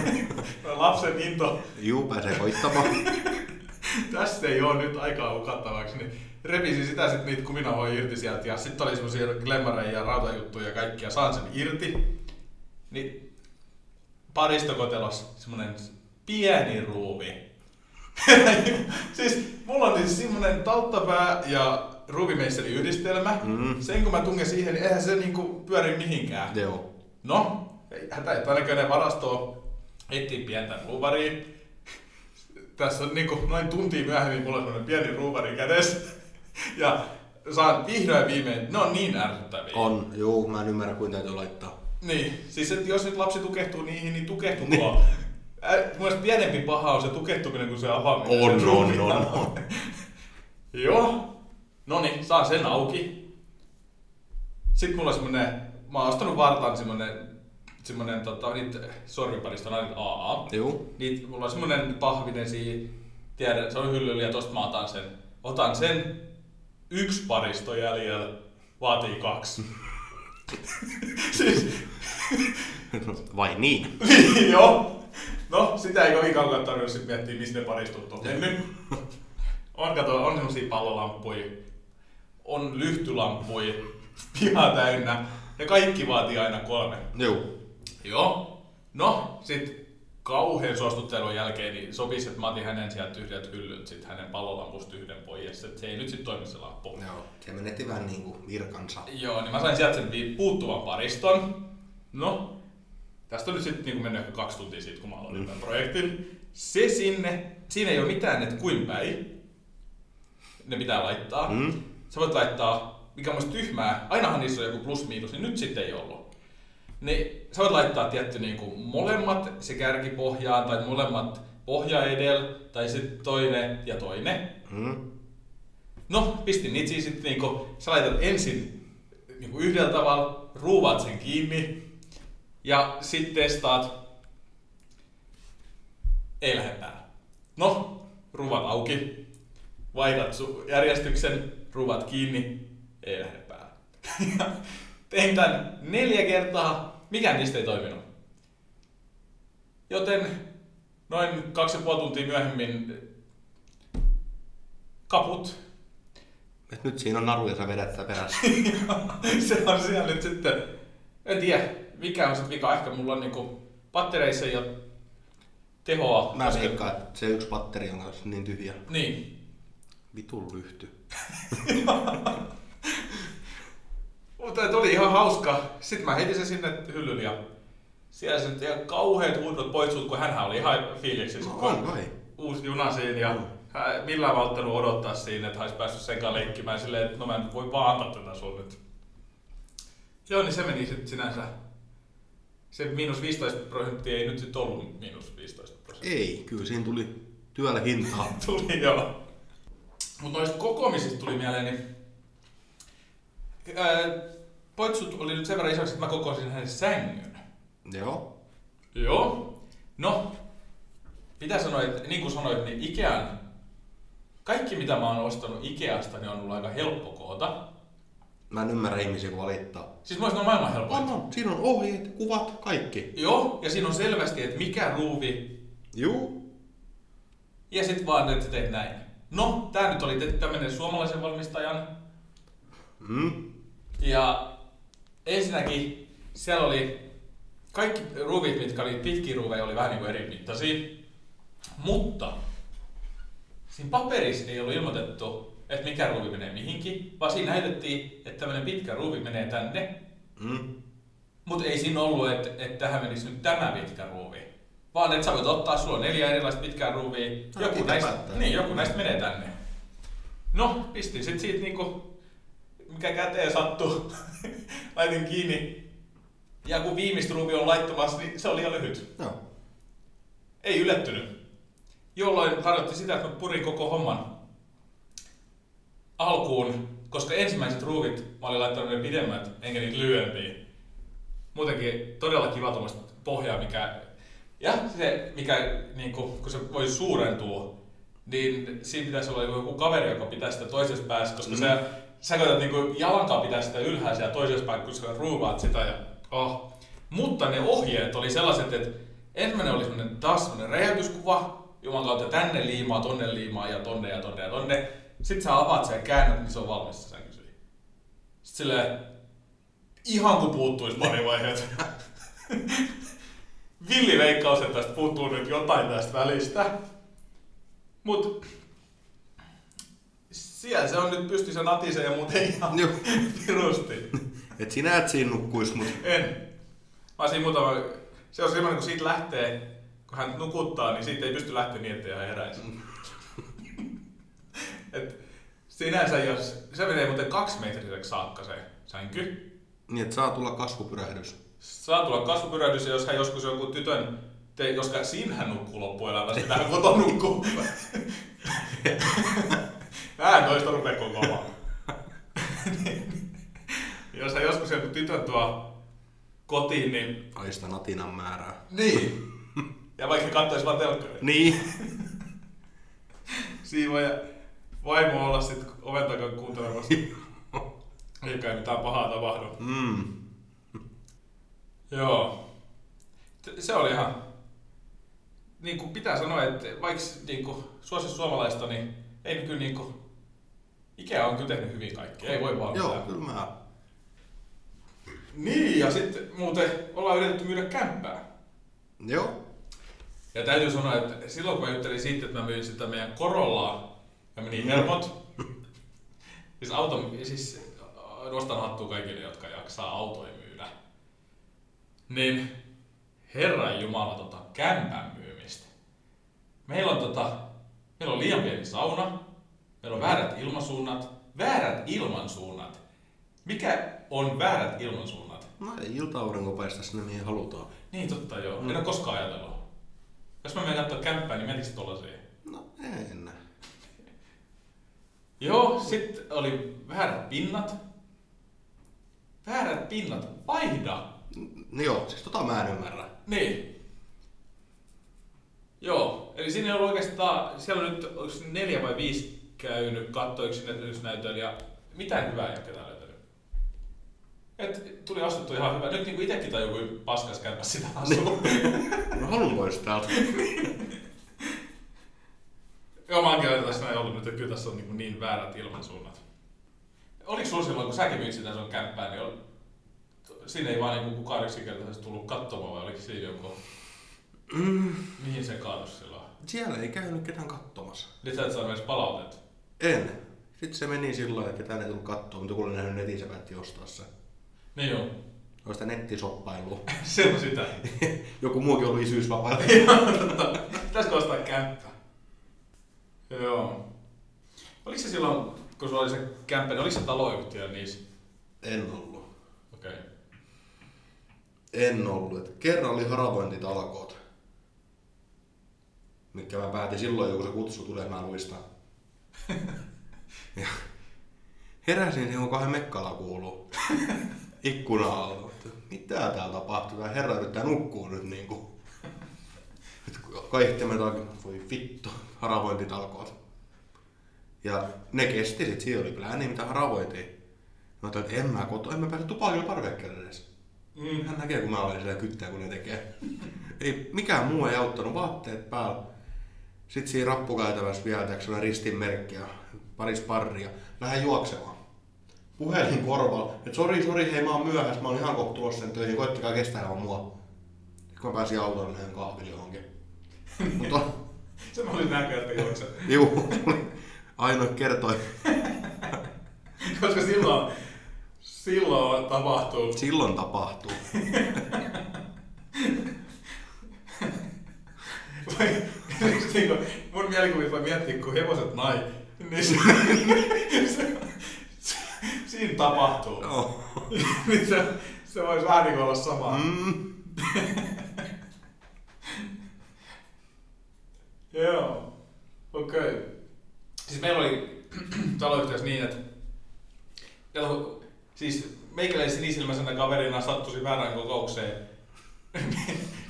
Speaker 1: *laughs* lapsen into
Speaker 2: Juu, pääsee koittamaan.
Speaker 1: *laughs* tässä ei ole nyt aikaa hukattavaksi, niin repisin sitä sitten niitä kuminahoi irti sieltä ja sitten oli semmoisia glemmareja ja rautajuttuja ja kaikkia, saan sen irti. Niin paristokotelos semmonen pieni ruuvi. *laughs* siis mulla on siis semmonen taustapää ja ruuvimeisseli yhdistelmä. Mm.
Speaker 2: Mm.
Speaker 1: Sen kun mä tungen siihen, niin eihän se niinku pyöri mihinkään.
Speaker 2: Joo.
Speaker 1: No, ei hätä ei todennäköinen varastoon etsiä pientä ruuvaria. Tässä on niinku noin tuntia myöhemmin mulla on semmonen pieni ruuvari kädessä. Ja saan vihdoin ja viimein, ne on niin ärsyttäviä.
Speaker 2: On, juu, mä en ymmärrä kuinka täytyy laittaa.
Speaker 1: Niin, siis et jos nyt lapsi tukehtuu niihin, niin tukehtukoon. Ä, Mun mielestä pienempi paha on se tukehtuminen kuin se avaaminen.
Speaker 2: On,
Speaker 1: Se
Speaker 2: on,
Speaker 1: ruuvi-
Speaker 2: on, on.
Speaker 1: *laughs* Joo. No niin, saan sen auki. Sitten mulla on semmonen, mä oon ostanut vartaan semmonen, semmonen tota, niitä sormiparista on aina AA.
Speaker 2: Juu.
Speaker 1: Niitä, mulla on semmonen pahvinen siinä, tiedän, se on hyllyllä ja tosta mä otan sen. Otan sen, yksi paristo jäljellä, vaatii kaksi. *laughs* siis,
Speaker 2: Vai niin?
Speaker 1: niin, *laughs* joo. No, sitä ei kovin kauan tarvinnut sit miettiä, mistä ne paristut on mennyt. *laughs* On, kato, on semmosia pallolamppuja, on lyhtylamppuja, piha täynnä, ja kaikki vaatii aina kolme.
Speaker 2: Juu.
Speaker 1: Joo. No, sit kauhean suostuttelun jälkeen niin sopisi, että mä otin hänen sieltä tyhjät hyllyt, sit hänen pallolampusta yhden pois, että se ei nyt sit toimi se lamppu.
Speaker 2: Joo. Se menetti vähän niinku virkansa.
Speaker 1: Joo, niin mä sain sieltä sen vii- puuttuvan pariston. No, tästä on nyt sitten niin mennyt ehkä kaksi tuntia siitä, kun mä aloitin tämän projektin. Se sinne, siinä ei ole mitään, että kuin päin. Ne pitää laittaa. Mm.
Speaker 2: Mm?
Speaker 1: Sä voit laittaa, mikä on musta tyhmää, ainahan niissä on joku plus-miinus, niin nyt sitten ei ollut. Niin sä voit laittaa tietty niin kuin molemmat se kärki pohjaan, tai molemmat pohja edellä, tai sitten toinen ja toinen.
Speaker 2: Mm?
Speaker 1: No, pistin niitä siis sitten niinku, sä laitat ensin niinku yhdellä tavalla, ruuvat sen kiinni ja sitten testaat, ei lähde päälle. No, ruuvat auki, vaihdat su- järjestyksen, ruuvat kiinni, ei lähde päälle. *laughs* Ja Tein tämän neljä kertaa, mikään niistä ei toiminut. Joten noin kaksi ja puoli tuntia myöhemmin kaput
Speaker 2: Et nyt siinä on naru ja sä vedät sitä *laughs* perässä.
Speaker 1: *laughs* se on siellä nyt sitten, en tiedä mikä on sitten vika, ehkä mulla on niinku pattereissa ja tehoa.
Speaker 2: Mä veikkaan, että se yksi patteri on kanssa niin tyhjä.
Speaker 1: Niin.
Speaker 2: Vitun lyhty.
Speaker 1: Mutta et oli ihan hauska. Sitten mä heitin sen sinne hyllylle ja siellä se nyt ihan kauheat huudot poitsut, kun hänhän oli ihan fiiliksissä.
Speaker 2: No
Speaker 1: kun-
Speaker 2: on kai.
Speaker 1: uusi juna siinä ja hän ei millään välttänyt odottaa siinä, että hän olisi päässyt sekaan leikkimään silleen, että no mä en voi vaan antaa tätä sun nyt. Joo, niin se meni sitten sinänsä. Se miinus 15 prosenttia ei nyt sitten ollut miinus 15 prosenttia. *laughs*
Speaker 2: Ei, kyllä siinä tuli työllä hintaa.
Speaker 1: Tuli joo. Mutta noista kokoamisista tuli mieleen, niin ää, poitsut oli nyt sen verran isoksi, että mä kokosin hänen sängyn.
Speaker 2: *laughs* Joo.
Speaker 1: Joo. No, pitää sanoa, että niin kuin sanoit, niin Ikean, kaikki mitä mä oon ostanut Ikeasta, niin on ollut aika helppo koota.
Speaker 2: Mä en ymmärrä ihmisiä, kun valittaa.
Speaker 1: Siis mä oon maailman helpoin.
Speaker 2: On, on. no, Siinä on ohjeet, kuvat, kaikki.
Speaker 1: Joo, ja siinä on selvästi, että mikä ruuvi,
Speaker 2: Juu.
Speaker 1: ja sit vaan, että sä teet näin. No, tää nyt oli tehty tämmönen suomalaisen valmistajan
Speaker 2: Mm.
Speaker 1: Ja ensinnäkin siellä oli kaikki ruuvit, mitkä oli pitkiä ruuveja, oli vähän niin kuin eri mittaisia. Mutta siinä paperissa ei ollut ilmoitettu, että mikä ruuvi menee mihinkin, vaan siinä näytettiin, että tämmöinen pitkä ruuvi menee tänne.
Speaker 2: Mm.
Speaker 1: Mutta ei siinä ollut, että, että tähän menisi nyt tämä pitkä ruuvi. Vaan että sä voit ottaa, sulla on neljä erilaista pitkää ruuvia.
Speaker 2: No,
Speaker 1: Joku
Speaker 2: pitää
Speaker 1: näistä,
Speaker 2: päättää.
Speaker 1: niin, joku näistä menee tänne. No, pistin sit siitä niinku, mikä käteen sattuu. *laughs* Laitin kiinni. Ja kun viimeistä ruuvi on laittomassa, niin se oli liian lyhyt.
Speaker 2: Joo.
Speaker 1: Ei yllättynyt. Jolloin tarjotti sitä, että mä purin koko homman alkuun, koska ensimmäiset ruuvit mä olin laittanut ne pidemmät, enkä niitä lyhyempiä. Muutenkin todella kiva tuommoista pohjaa, mikä... Ja se, mikä, niin kun, kun se voi suurentua, niin siinä pitäisi olla joku kaveri, joka pitää sitä toisessa päässä, koska mm. sä, sä koetat niin jalankaan pitää sitä ylhäällä ja toisessa päässä, kun sä ruuvaat sitä ja oh. Mutta ne ohjeet oli sellaiset, että ensimmäinen oli semmoinen taas semmoinen räjäytyskuva, juman kautta tänne liimaa, tonne liimaa ja tonne ja tonne ja tonne. Sitten sä avaat sen ja käännät, niin se on valmis se sänkysy. Sitten silleen, ihan kuin puuttuisi pari vaiheet. Villi veikkaus, että tästä puuttuu nyt jotain tästä välistä. Mut siellä se on nyt pystyssä natisen ja muuten ihan
Speaker 2: Joo.
Speaker 1: virusti.
Speaker 2: Et sinä et siinä nukkuis, mut
Speaker 1: En. Mä siinä muutama... Se on semmoinen, kun siitä lähtee, kun hän nukuttaa, niin siitä ei pysty lähteä niin, ettei hän heräisi. Et sinänsä jos... Se menee muuten kaksimetriseksi saakka se sänky.
Speaker 2: niin et saa tulla kasvupyrähdys.
Speaker 1: Saa tulla kasvupyrähdys ja jos hän joskus jonkun tytön, te, koska sinähän nukkuu loppuelämässä, mitä hän *laughs* kotona nukkuu. Nää toista rupee koko ajan. *laughs* jos hän joskus jonkun tytön tuo kotiin, niin...
Speaker 2: Aista natinan määrää.
Speaker 1: Niin. *laughs* Ja vaikka katsoisi vaan telkkaria.
Speaker 2: Niin.
Speaker 1: Siivoja vaimo olla sitten oven takaa *laughs* kuuntelemassa. Ei kai mitään pahaa tapahdu.
Speaker 2: Mm.
Speaker 1: Joo. T- Se oli ihan... Niin kuin pitää sanoa, että vaikka niin kuin, suosi suomalaista, niin ei kyllä niin kuin, Ikea on kyllä tehnyt hyvin kaikkea, ei voi vaan
Speaker 2: Joo,
Speaker 1: mitään.
Speaker 2: kyllä mä.
Speaker 1: Niin, ja sitten muuten ollaan yritetty myydä kämppää.
Speaker 2: Joo.
Speaker 1: Ja täytyy sanoa, että silloin kun mä juttelin siitä, että mä myin sitä meidän Corollaa, ja meni
Speaker 2: Mm.
Speaker 1: hermot. siis auto, siis äh, nostan hattua kaikille, jotka jaksaa autoja myydä. Niin Herran Jumala tota kämpän myymistä. Meillä on tota, meillä on liian pieni sauna, meillä on väärät ilmansuunnat, väärät ilmansuunnat. Mikä on väärät ilmansuunnat?
Speaker 2: No ei ilta-aurinko paista sinne mihin halutaan.
Speaker 1: Niin totta joo,
Speaker 2: Mm.
Speaker 1: en ole koskaan ajatellut. Jos mä menen katsoa kämppää, niin menisikö tollasia?
Speaker 2: No en.
Speaker 1: Joo, sitten oli väärät pinnat. Väärät pinnat, vaihda!
Speaker 2: No joo, siis tota mä en ymmärrä.
Speaker 1: Niin. Joo, eli siinä on oikeastaan, siellä on nyt onko se neljä vai viisi käynyt kattoyksinäytöllä ja mitään hyvää ei ole ketään löytänyt. Et tuli astuttu ihan hyvä. Nyt niinku itekin tajuu, kuin paskas kämpä sitä asuu.
Speaker 2: Mä haluan pois täältä.
Speaker 1: Joo, mä oonkin aina tässä näin ollut nyt, että kyllä tässä on niin, niin väärät ilmansuunnat. Oliko sulla silloin, kun säkin myit sitä sun kämppää, niin oli... siinä ei vaan niin kukaan yksinkertaisesti tullut katsomaan, vai oliko siinä joku... Mihin se kaatus silloin?
Speaker 2: Siellä ei käynyt ketään katsomassa.
Speaker 1: Nyt sä et saa edes palautet.
Speaker 2: En. Sitten se meni sillä lailla, että ketään ei tullut katsoa, mutta kun olin nähnyt netin, se päätti ostaa se.
Speaker 1: Niin joo, *laughs*
Speaker 2: Se on sitä *laughs* nettisoppailua.
Speaker 1: se on sitä.
Speaker 2: Joku muukin oli isyysvapailla.
Speaker 1: Pitäisikö ostaa kämppä? silloin, kun sulla oli se kämppä, niin oliko se taloyhtiö niissä?
Speaker 2: *laughs* En ollut.
Speaker 1: Okei. Okay.
Speaker 2: En ollut. Et kerran oli haravointitalkoot, mitkä mä päätin silloin, kun se kutsu tulee, mä luistan. Ja heräsin siihen, kun kahden mekkala kuuluu *laughs* ikkuna alla. Että Mitä täällä tapahtuu? Tää herra yrittää nukkua nyt niinku. Nyt kaihtimet alkoi, voi vittu, haravointitalkoot. Ja ne kesti sit, siinä oli kyllä niin mitä haravoitiin. Mä ajattelin, että en mä koto, en mä pääse tupakilla parvekkeelle edes.
Speaker 1: Mm.
Speaker 2: Hän näkee, kun mä olen siellä kyttää, kun ne tekee. Ei, mikään muu ei auttanut, vaatteet päällä. Sitten siinä rappukäytävässä vielä teekö sellainen ristinmerkki ja pari sparria. Lähden juoksemaan. Puhelin korvalla, että sori, sori, hei mä oon myöhässä, mä oon ihan kohta tulossa sen töihin, koittakaa kestää ilman mua. Sitten kun mä pääsin autoon, niin lähdin kahville johonkin. Mutta
Speaker 1: Se mä olin näkö, että juoksen.
Speaker 2: *laughs* juu, ainoa kertoi.
Speaker 1: Koska silloin, silloin tapahtuu.
Speaker 2: Silloin tapahtuu.
Speaker 1: Vai, *laughs* niin kuin, mun mielikuvitus on miettiä, kun hevoset nai, niin se, se, se, siinä tapahtuu.
Speaker 2: Joo.
Speaker 1: *laughs* niin se, se voisi vähän niin kuin olla sama. Mm.
Speaker 2: Mm.
Speaker 1: Joo, okei. Okay. Siis meillä oli *clears throat* taloyhtiössä niin, että ja to- siis meikäläisen sinisilmäisenä kaverina sattuisi väärään kokoukseen. *laughs*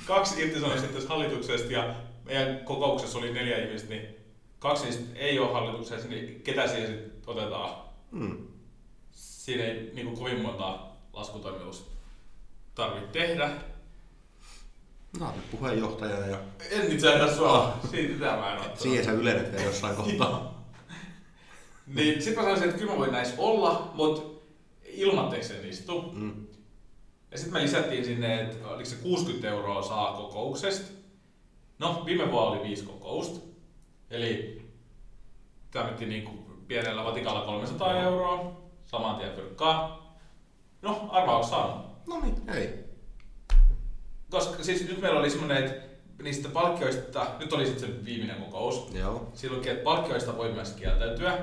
Speaker 1: kaksi irtisanomista tästä hallituksesta ja meidän kokouksessa oli neljä ihmistä, niin kaksi niistä ei ole hallituksessa, niin ketä siihen sitten otetaan?
Speaker 2: Mm.
Speaker 1: siinä ei niin kuin kovin monta laskutoimitus tarvitse tehdä.
Speaker 2: Mä olin puheenjohtajana ja
Speaker 1: En itse asiassa sua, siitä sitä mä en ottanut.
Speaker 2: siihen sä ylenet vielä jossain kohtaa.
Speaker 1: Niin sit mä sanoisin, että kyllä mä voin näissä olla, mut ilmatteeksi en istu.
Speaker 2: Mm.
Speaker 1: Ja sitten me lisättiin sinne, että oliko se 60 euroa saa kokouksesta. No, viime vuonna oli viisi kokousta. Eli tämmöttiin niinku pienellä vatikalla 300 euroa, saman tien pyrkkaa. No, arvaus saanut.
Speaker 2: No niin, ei.
Speaker 1: Koska siis nyt meillä oli semmoinen, että niistä palkkioista, nyt oli sitten se viimeinen kokous,
Speaker 2: Joo.
Speaker 1: silloinkin, että palkkioista voi myös kieltäytyä.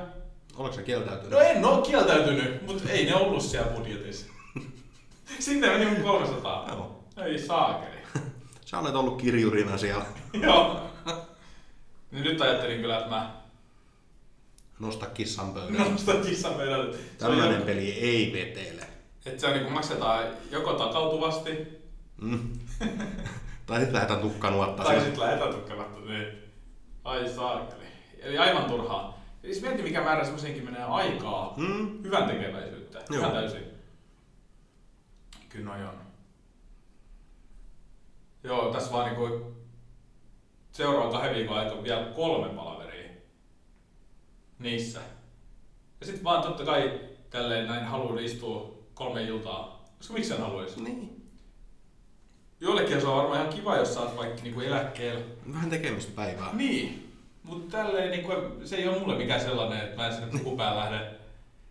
Speaker 2: Oletko sä kieltäytynyt?
Speaker 1: No en ole kieltäytynyt, mutta ei ne ollut siellä budjetissa. Sinne meni mun 300.
Speaker 2: Joo.
Speaker 1: Ei saakeli. *laughs*
Speaker 2: Sä olet ollut kirjurina siellä.
Speaker 1: Joo. Niin nyt ajattelin kyllä, että mä
Speaker 2: Nosta kissan pöydälle.
Speaker 1: nostan kissan pöydälle. No. Se on
Speaker 2: Tällainen
Speaker 1: joko-
Speaker 2: peli ei vetele.
Speaker 1: Että se on niin maksetaan joko takautuvasti, *laughs*
Speaker 2: Mm. tai sitten lähdetään tukkanuotta.
Speaker 1: tai sitten lähetään tukkamatta. Niin. Ai saakeli. Eli aivan turhaa. Siis mieti, mikä määrä semmoisenkin menee aikaa.
Speaker 2: Mm.
Speaker 1: hyvän tekeväisyyttä. Joo. Ihan
Speaker 2: Joo.
Speaker 1: täysin. Kyllä noi on. Joo, tässä vaan niinku seuraavan kahden viikon aikana vielä kolme palaveria niissä. Ja sitten vaan totta kai tälleen näin haluan istua kolme iltaa. Koska miksi sen haluaisi?
Speaker 2: Niin.
Speaker 1: Joillekin se on varmaan ihan kiva, jos sä oot vaikka niinku eläkkeellä.
Speaker 2: Vähän tekemistä päivää.
Speaker 1: Niin. Mutta tälleen niinku, se ei ole mulle mikään sellainen, että mä en sinne pukupään lähde.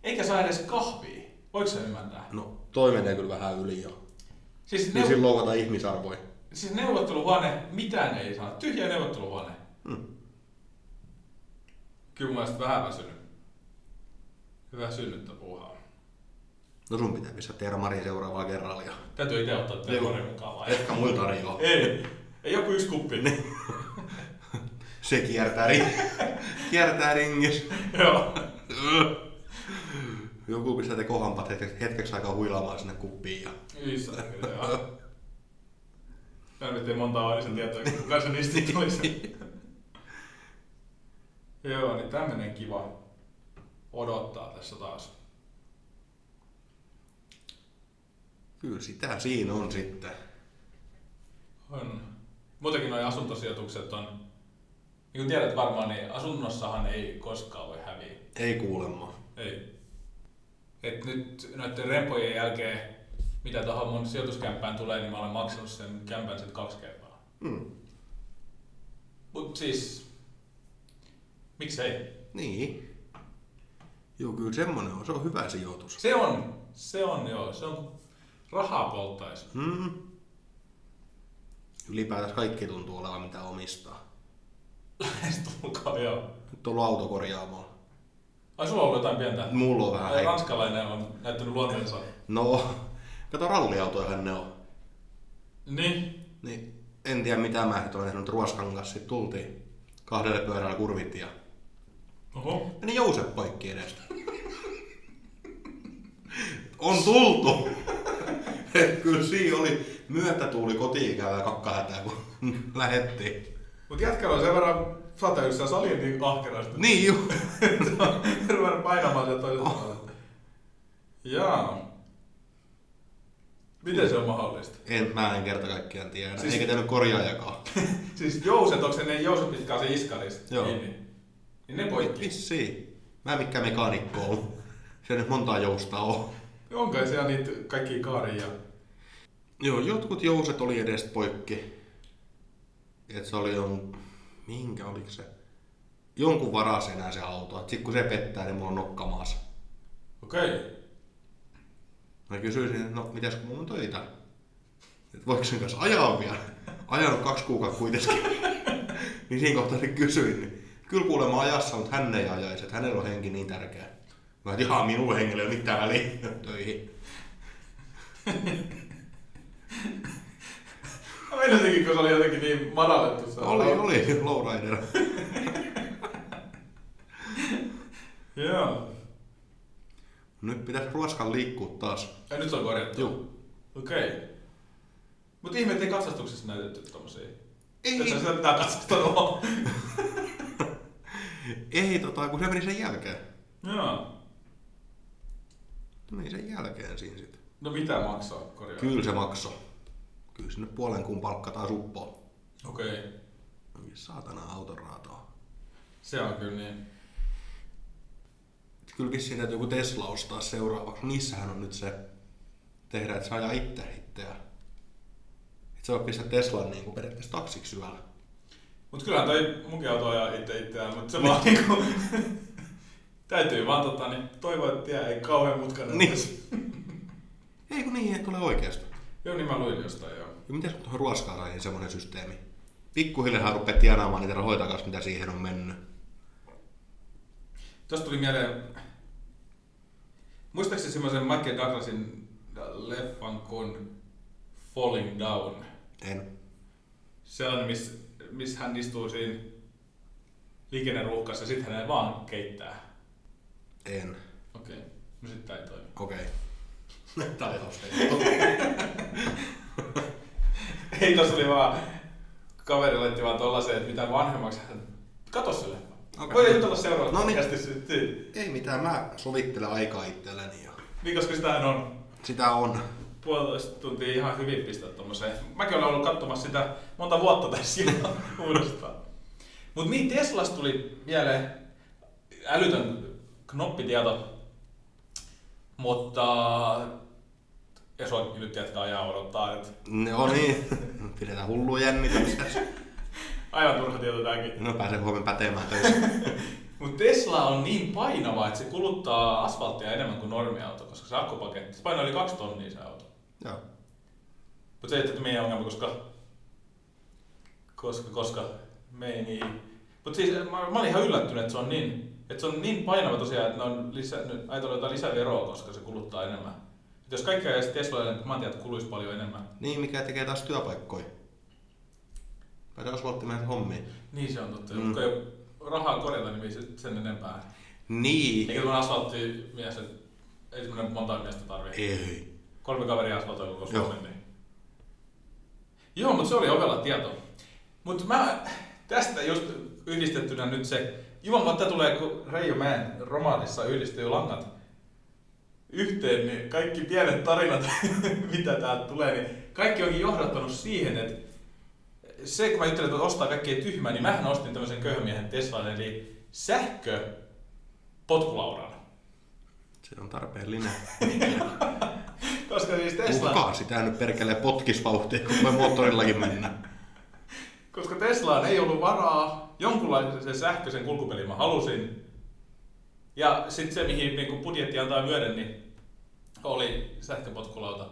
Speaker 1: Eikä saa edes kahvia. Voiko sä ymmärtää?
Speaker 2: No, toi menee kyllä vähän yli jo.
Speaker 1: Siis,
Speaker 2: Niin
Speaker 1: neu-
Speaker 2: silloin loukataan ihmisarvoja.
Speaker 1: siis neuvotteluhuone, mitään ei saa. Tyhjä neuvotteluhuone.
Speaker 2: Mm.
Speaker 1: Kyllä mun mielestä vähän väsynyt. Hyvä synnyttä puuhaa.
Speaker 2: No sun pitää pistää termaria seuraavaa kerralla. ja-
Speaker 1: Täytyy itse ottaa
Speaker 2: Joo.
Speaker 1: teemarin mukaan vai?
Speaker 2: Etkä mulla tarjoa.
Speaker 1: Ei. Ei joku yksi kuppi.
Speaker 2: Niin. Se kiertää, ri- kiertää ringis.
Speaker 1: *laughs* Joo.
Speaker 2: Joku pistää te kohampat hetkeksi, hetkeksi aikaa huilaamaan sinne kuppiin. Ja...
Speaker 1: Yhdessä. Joo. Mä nyt ei montaa ole sen tietoa, kun kuka se niistä
Speaker 2: *laughs*
Speaker 1: tulisi. Joo, niin tämmönen kiva odottaa tässä taas.
Speaker 2: Kyllä sitä siinä on sitten.
Speaker 1: On. Muutenkin nuo asuntosijoitukset on, niin kuin tiedät varmaan, niin asunnossahan ei koskaan voi häviä.
Speaker 2: Ei kuulemma.
Speaker 1: Ei. Et nyt noiden rempojen jälkeen, mitä tahansa mun sijoituskämppään tulee, niin mä olen maksanut sen kämpän sitten kaksi kertaa.
Speaker 2: Mm.
Speaker 1: Mut siis, miksei?
Speaker 2: Niin. Joo, kyllä semmonen on. Se on hyvä sijoitus.
Speaker 1: Se on, se on joo, se on kun rahaa polttaisi.
Speaker 2: Mm. Ylipäätänsä kaikki tuntuu olevan mitä omistaa.
Speaker 1: Lähestulkoon joo.
Speaker 2: Nyt on ollut autokorjaamolla.
Speaker 1: Ai sulla on ollut jotain pientä?
Speaker 2: Mulla on vähän
Speaker 1: Ai,
Speaker 2: häi-
Speaker 1: ranskalainen on näyttänyt luonteensa.
Speaker 2: No, kato ralliautojahan ne on.
Speaker 1: Niin.
Speaker 2: Niin, en tiedä mitä mä nyt olen tehnyt Ruoskan kanssa. Sitten tultiin kahdelle pyörällä kurvittiin ja
Speaker 1: Oho.
Speaker 2: meni jouset poikki edestä. On tultu! Et Kyllä siinä oli myötätuuli kotiin käydä kakkahätää, kun lähettiin.
Speaker 1: Mut jätkällä on sen verran satayssä saliin niin ahkerasti. No,
Speaker 2: Niin juu.
Speaker 1: *laughs* Ruvennut painamaan sen toisesta puolelta. Jaa. Miten se on
Speaker 2: *laughs*
Speaker 1: mahdollista?
Speaker 2: En, mä en kerta kaikkiaan tiedä.
Speaker 1: Siis-
Speaker 2: Siis... Eikä tiennyt korjaajakaan.
Speaker 1: Siis jouset, onko se ne jouset, mitkä on se iskarista?
Speaker 2: Joo.
Speaker 1: Niin, niin ne poikki.
Speaker 2: Vissiin. Mä en mikään mekaanikko ollut. Se nyt montaa jousta on.
Speaker 1: Onko siellä niitä kaikki kaaria?
Speaker 2: Joo, jotkut jouset oli edes poikki. Et se oli jonkun... Minkä oliko se? Jonkun varas enää se auto. Et sit kun se pettää, niin mulla on nokka maassa.
Speaker 1: Okei. Okay.
Speaker 2: Mä kysyisin, että no mitäs kun mulla on töitä? Et voiko sen kanssa ajaa vielä? Ajanut kaksi kuukautta *laughs* kuitenkin. niin siinä kohtaa se kysyin. Niin. Kyllä kuulemma ajassa, mutta hän ei ajaisi. Että hänellä on henki niin tärkeä. Mä et ihan minulle hengelle ei ole mitään väliä *laughs* töihin.
Speaker 1: Mä meinasinkin, kun se oli jotenkin niin madallettu. Se
Speaker 2: Oli, oli, lowrider.
Speaker 1: Joo.
Speaker 2: Nyt pitäisi ruoskan liikkua taas.
Speaker 1: Ja nyt se on korjattu.
Speaker 2: Joo.
Speaker 1: Okei. Okay. Mutta ihme, ettei katsastuksessa näytetty tommosia.
Speaker 2: Ei.
Speaker 1: Että sitä pitää
Speaker 2: *laughs*
Speaker 1: katsastaa
Speaker 2: Ei, tota, kun se meni sen jälkeen.
Speaker 1: Joo.
Speaker 2: Se meni sen jälkeen siinä sitten.
Speaker 1: No mitä maksaa korjaa?
Speaker 2: Kyllä se makso. Kyllä sinne puolen kuun palkka taas uppoo.
Speaker 1: Okei. Okay.
Speaker 2: Oi Saatana autoraataa.
Speaker 1: Se on kyllä niin.
Speaker 2: Kyllä vissiin täytyy joku Tesla ostaa seuraavaksi. Niissähän on nyt se tehdä, että saa ajaa itse itseä. Et sä voit pistää Teslan niin kuin periaatteessa taksiksi yöllä.
Speaker 1: Mut kyllähän toi munkin auto ajaa itse itseään, mut se vaan niinku... *laughs* Täytyy vaan tota, niin toivoa, että tie ei kauhean mutkainen.
Speaker 2: Niin. Ei kun niin, että tulee oikeasti.
Speaker 1: Joo, niin mä luin jostain joo.
Speaker 2: Ja miten tuohon ruoskaan sai semmoinen systeemi? Pikkuhiljaa rupeat tienaamaan niitä rahoita kanssa, mitä siihen on mennyt.
Speaker 1: Tuosta tuli mieleen, muistaakseni semmoisen Michael Douglasin leffan kuin Falling Down?
Speaker 2: En.
Speaker 1: Sellainen, missä miss hän istuu siinä liikenneruuhkassa ja sitten hän vaan keittää.
Speaker 2: En.
Speaker 1: Okei, okay. no sitten tää ei toimi.
Speaker 2: Okei. *laughs* Tää oli hauska.
Speaker 1: *laughs* Ei, tuossa oli vaan, kaveri laitti vaan tollaseen, että mitä vanhemmaksi hän... Kato se leffa. Okay.
Speaker 2: Okei.
Speaker 1: Voidaan jutella seuraavassa
Speaker 2: No niin.
Speaker 1: podcastissa.
Speaker 2: Ei mitään, mä sovittelen aikaa itselleni ja
Speaker 1: Niin, koska sitähän on
Speaker 2: sitä on.
Speaker 1: puolitoista tuntia ihan hyvin pistää tommoseen. Mäkin olen ollut katsomassa sitä monta vuotta tässä *laughs* ihan uudestaan. Mutta niin, Teslasta tuli mieleen älytön knoppitieto, mutta ja se on nyt jatkaa ja odottaa, että
Speaker 2: No niin, pidetään hullua jännitystä.
Speaker 1: aivan turha tieto tämäkin.
Speaker 2: No pääsen huomenna pätemään töissä.
Speaker 1: Mutta Tesla on niin painava, että se kuluttaa asfalttia enemmän kuin normiauto, koska se akkupaketti, se painaa yli kaksi tonnia se auto.
Speaker 2: Joo.
Speaker 1: Mutta se ei ole meidän ongelma, koska... Koska, koska me ei niin... Mutta siis mä, mä, olin ihan yllättynyt, että se on niin, että se on niin painava tosiaan, että ne on lisännyt, ajatellut jotain lisäveroa, koska se kuluttaa enemmän. Et jos kaikki ajaisi Tesloille, niin mä tiedän, että kuluisi paljon enemmän.
Speaker 2: Niin, mikä tekee taas työpaikkoja. Pääsen asfalttimään hommiin.
Speaker 1: Niin se on totta. Mm.
Speaker 2: Mm.
Speaker 1: Kun ei ole rahaa korjata, niin ei se sen enempää.
Speaker 2: Niin.
Speaker 1: Eikä tämmöinen asfalttimies, että ei semmoinen monta miestä tarvitse.
Speaker 2: Ei.
Speaker 1: Kolme kaveria asfaltoi koko
Speaker 2: Joo.
Speaker 1: Suomen. Niin. Joo, mutta se oli ovella tieto. Mutta mä tästä just yhdistettynä nyt se, jumalatta tulee, kun Reijo Mäen romaanissa yhdistyy langat yhteen, niin kaikki pienet tarinat, *laughs* mitä täältä tulee, niin kaikki onkin johdattanut siihen, että se, kun mä juttelin, että ostaa kaikkea tyhmää, niin mähän ostin tämmöisen köyhämiehen Teslan, eli sähkö potkulaudan.
Speaker 2: Se on tarpeellinen.
Speaker 1: Koska siis Tesla...
Speaker 2: Uhkaa sitä nyt perkele potkisvauhtia, kun voi moottorillakin mennä.
Speaker 1: Koska Teslaan ei ollut varaa, jonkunlaisen sähköisen kulkupelin mä halusin. Ja sitten se, mihin niin budjetti antaa myöden, niin oli sähköpotkulauta.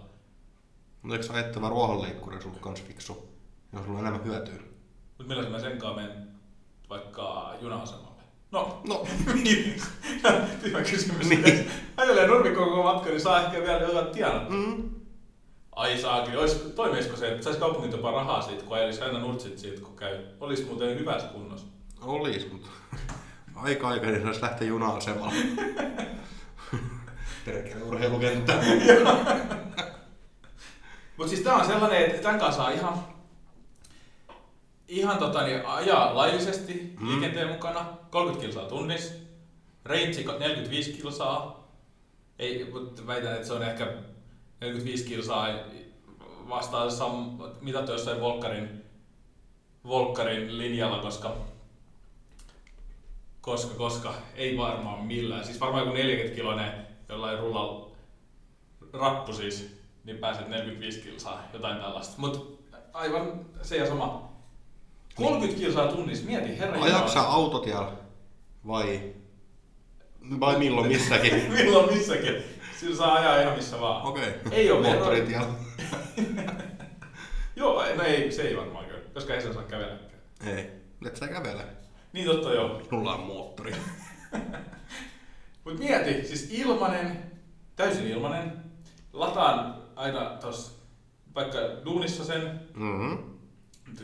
Speaker 2: Mutta eikö ajettava ruohonleikkuri sulla kans fiksu? Jos sulla on enemmän hyötyä.
Speaker 1: Mutta millä mä senkaan menen vaikka juna-asemalle? No, *laughs*
Speaker 2: No,
Speaker 1: niin. Tyhmä kysymys.
Speaker 2: Niin.
Speaker 1: Niin. Ajelee nurmi koko matka, niin saa ehkä vielä jotain tienata.
Speaker 2: mm,
Speaker 1: Ai saakeli, olis, toimisiko se, että saisi kaupungin jopa rahaa siitä, kun ajelisi aina nurtsit siitä, kun käy. Olisi muuten hyvässä kunnossa.
Speaker 2: olis, mutta *laughs* aika aikaisin saisi lähteä *laughs* juna-asemalle. Perkele urheilukenttä.
Speaker 1: Mutta siis tää on sellainen, että tämän kanssa saa ihan, ihan tota, niin ajaa laillisesti
Speaker 2: Mm.
Speaker 1: mm. liikenteen mukana, 30 kilsaa tunnissa, reitsi 45 kilsaa, ei, mutta väitän, että se on ehkä 45 kilsaa vastaan sam- mitattu jossain Volkkarin, Volkkarin linjalla, koska, koska, koska ei varmaan millään. Siis varmaan joku 40 kiloinen jollain rulla rappu siis, niin pääset 45 kilsaa, jotain tällaista. Mutta aivan se ja sama. 30 kilsaa tunnissa, mieti herra
Speaker 2: Ajatko sä autotiellä vai, vai milloin missäkin?
Speaker 1: Milloin missäkin. Sillä saa ajaa ihan missä vaan.
Speaker 2: Okei.
Speaker 1: Ei oo veroa.
Speaker 2: moottoritiellä.
Speaker 1: Joo, ei- no ei, se ei varmaan käy, koska ei se osaa kävellä.
Speaker 2: Ei, et sä kävele.
Speaker 1: Niin totta joo.
Speaker 2: Mulla on moottori.
Speaker 1: Mut mieti, siis ilmanen, täysin ilmanen. Lataan aina tos, vaikka duunissa sen,
Speaker 2: Mm-hmm.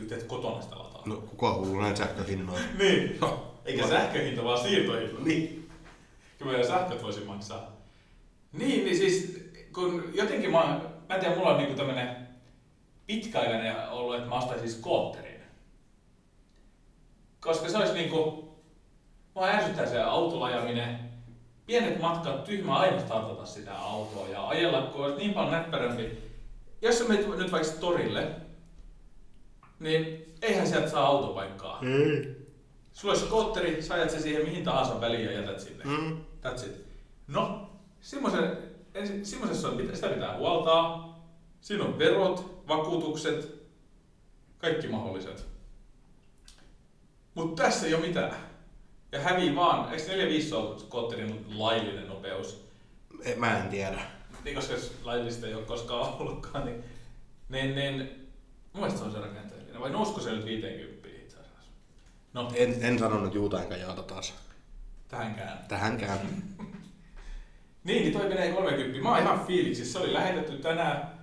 Speaker 1: teet kotona sitä lataa.
Speaker 2: No kuka hullu näin sähköhinnoin?
Speaker 1: Niin.
Speaker 2: No,
Speaker 1: Eikä
Speaker 2: vai-
Speaker 1: sähköhinta, vaan siirtohinta.
Speaker 2: Niin.
Speaker 1: Kyllä meidän sähköt voisi maksaa. Niin, niin siis kun jotenkin mä, mä en tiedä, mulla on niinku tämmönen pitkäaikainen ollut, että mä ostaisin skootterin. Koska se olisi niinku, mua ärsyttää se autolla ajaminen. Pienet matkat, tyhmä aina startata sitä autoa ja ajella, kun olisi niin paljon näppärämpi. Jos sä menet nyt vaikka torille, niin eihän sieltä saa autopaikkaa.
Speaker 2: Ei.
Speaker 1: Sulla olisi skootteri, sä ajat se siihen mihin tahansa väliin ja jätät sinne.
Speaker 2: Mm.
Speaker 1: That's it. No, semmoisen, ensin, semmoisessa on, pitä- sitä pitää huoltaa. Siinä on verot, vakuutukset, kaikki mahdolliset. Mutta tässä ei ole mitään. Ja hävii vaan, eikö 4-5 ole skootterin laillinen nopeus?
Speaker 2: E, Mä en tiedä.
Speaker 1: Niin koska jos laillista ei ole koskaan ollutkaan, niin, niin, niin mun mielestä se on se rakenteellinen. Vai nousko se nyt 50 itse asiassa? No,
Speaker 2: En, en sanonut juutainkaan jaata taas.
Speaker 1: tähänkään.
Speaker 2: Tähänkään.
Speaker 1: Niin, niin toi menee 30. Mä oon ihan fiiliksissä. Se oli lähetetty tänään.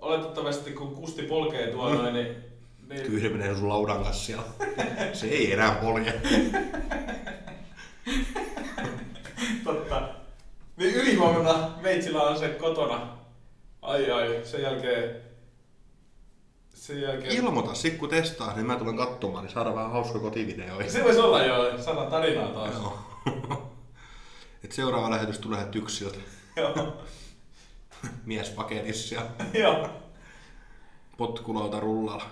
Speaker 1: Oletettavasti kun Kusti polkee tuolla noin, niin, niin
Speaker 2: Mm. Kyllä se menee sun laudan kanssa siellä. Se ei enää polje.
Speaker 1: totta. Niin ylihuomenna Meitsillä on se kotona. Ai ai, sen jälkeen... Sen jälkeen...
Speaker 2: Ilmoita sit kun testaa, niin mä tulen katsomaan, niin saadaan vähän hauska kotivideoja.
Speaker 1: se voisi olla jo sata tarinaa taas.
Speaker 2: Joo. Et seuraava lähetys tulee tyksiltä.
Speaker 1: *laughs* Joo.
Speaker 2: Mies paketissa ja
Speaker 1: Joo.
Speaker 2: potkulauta rullalla.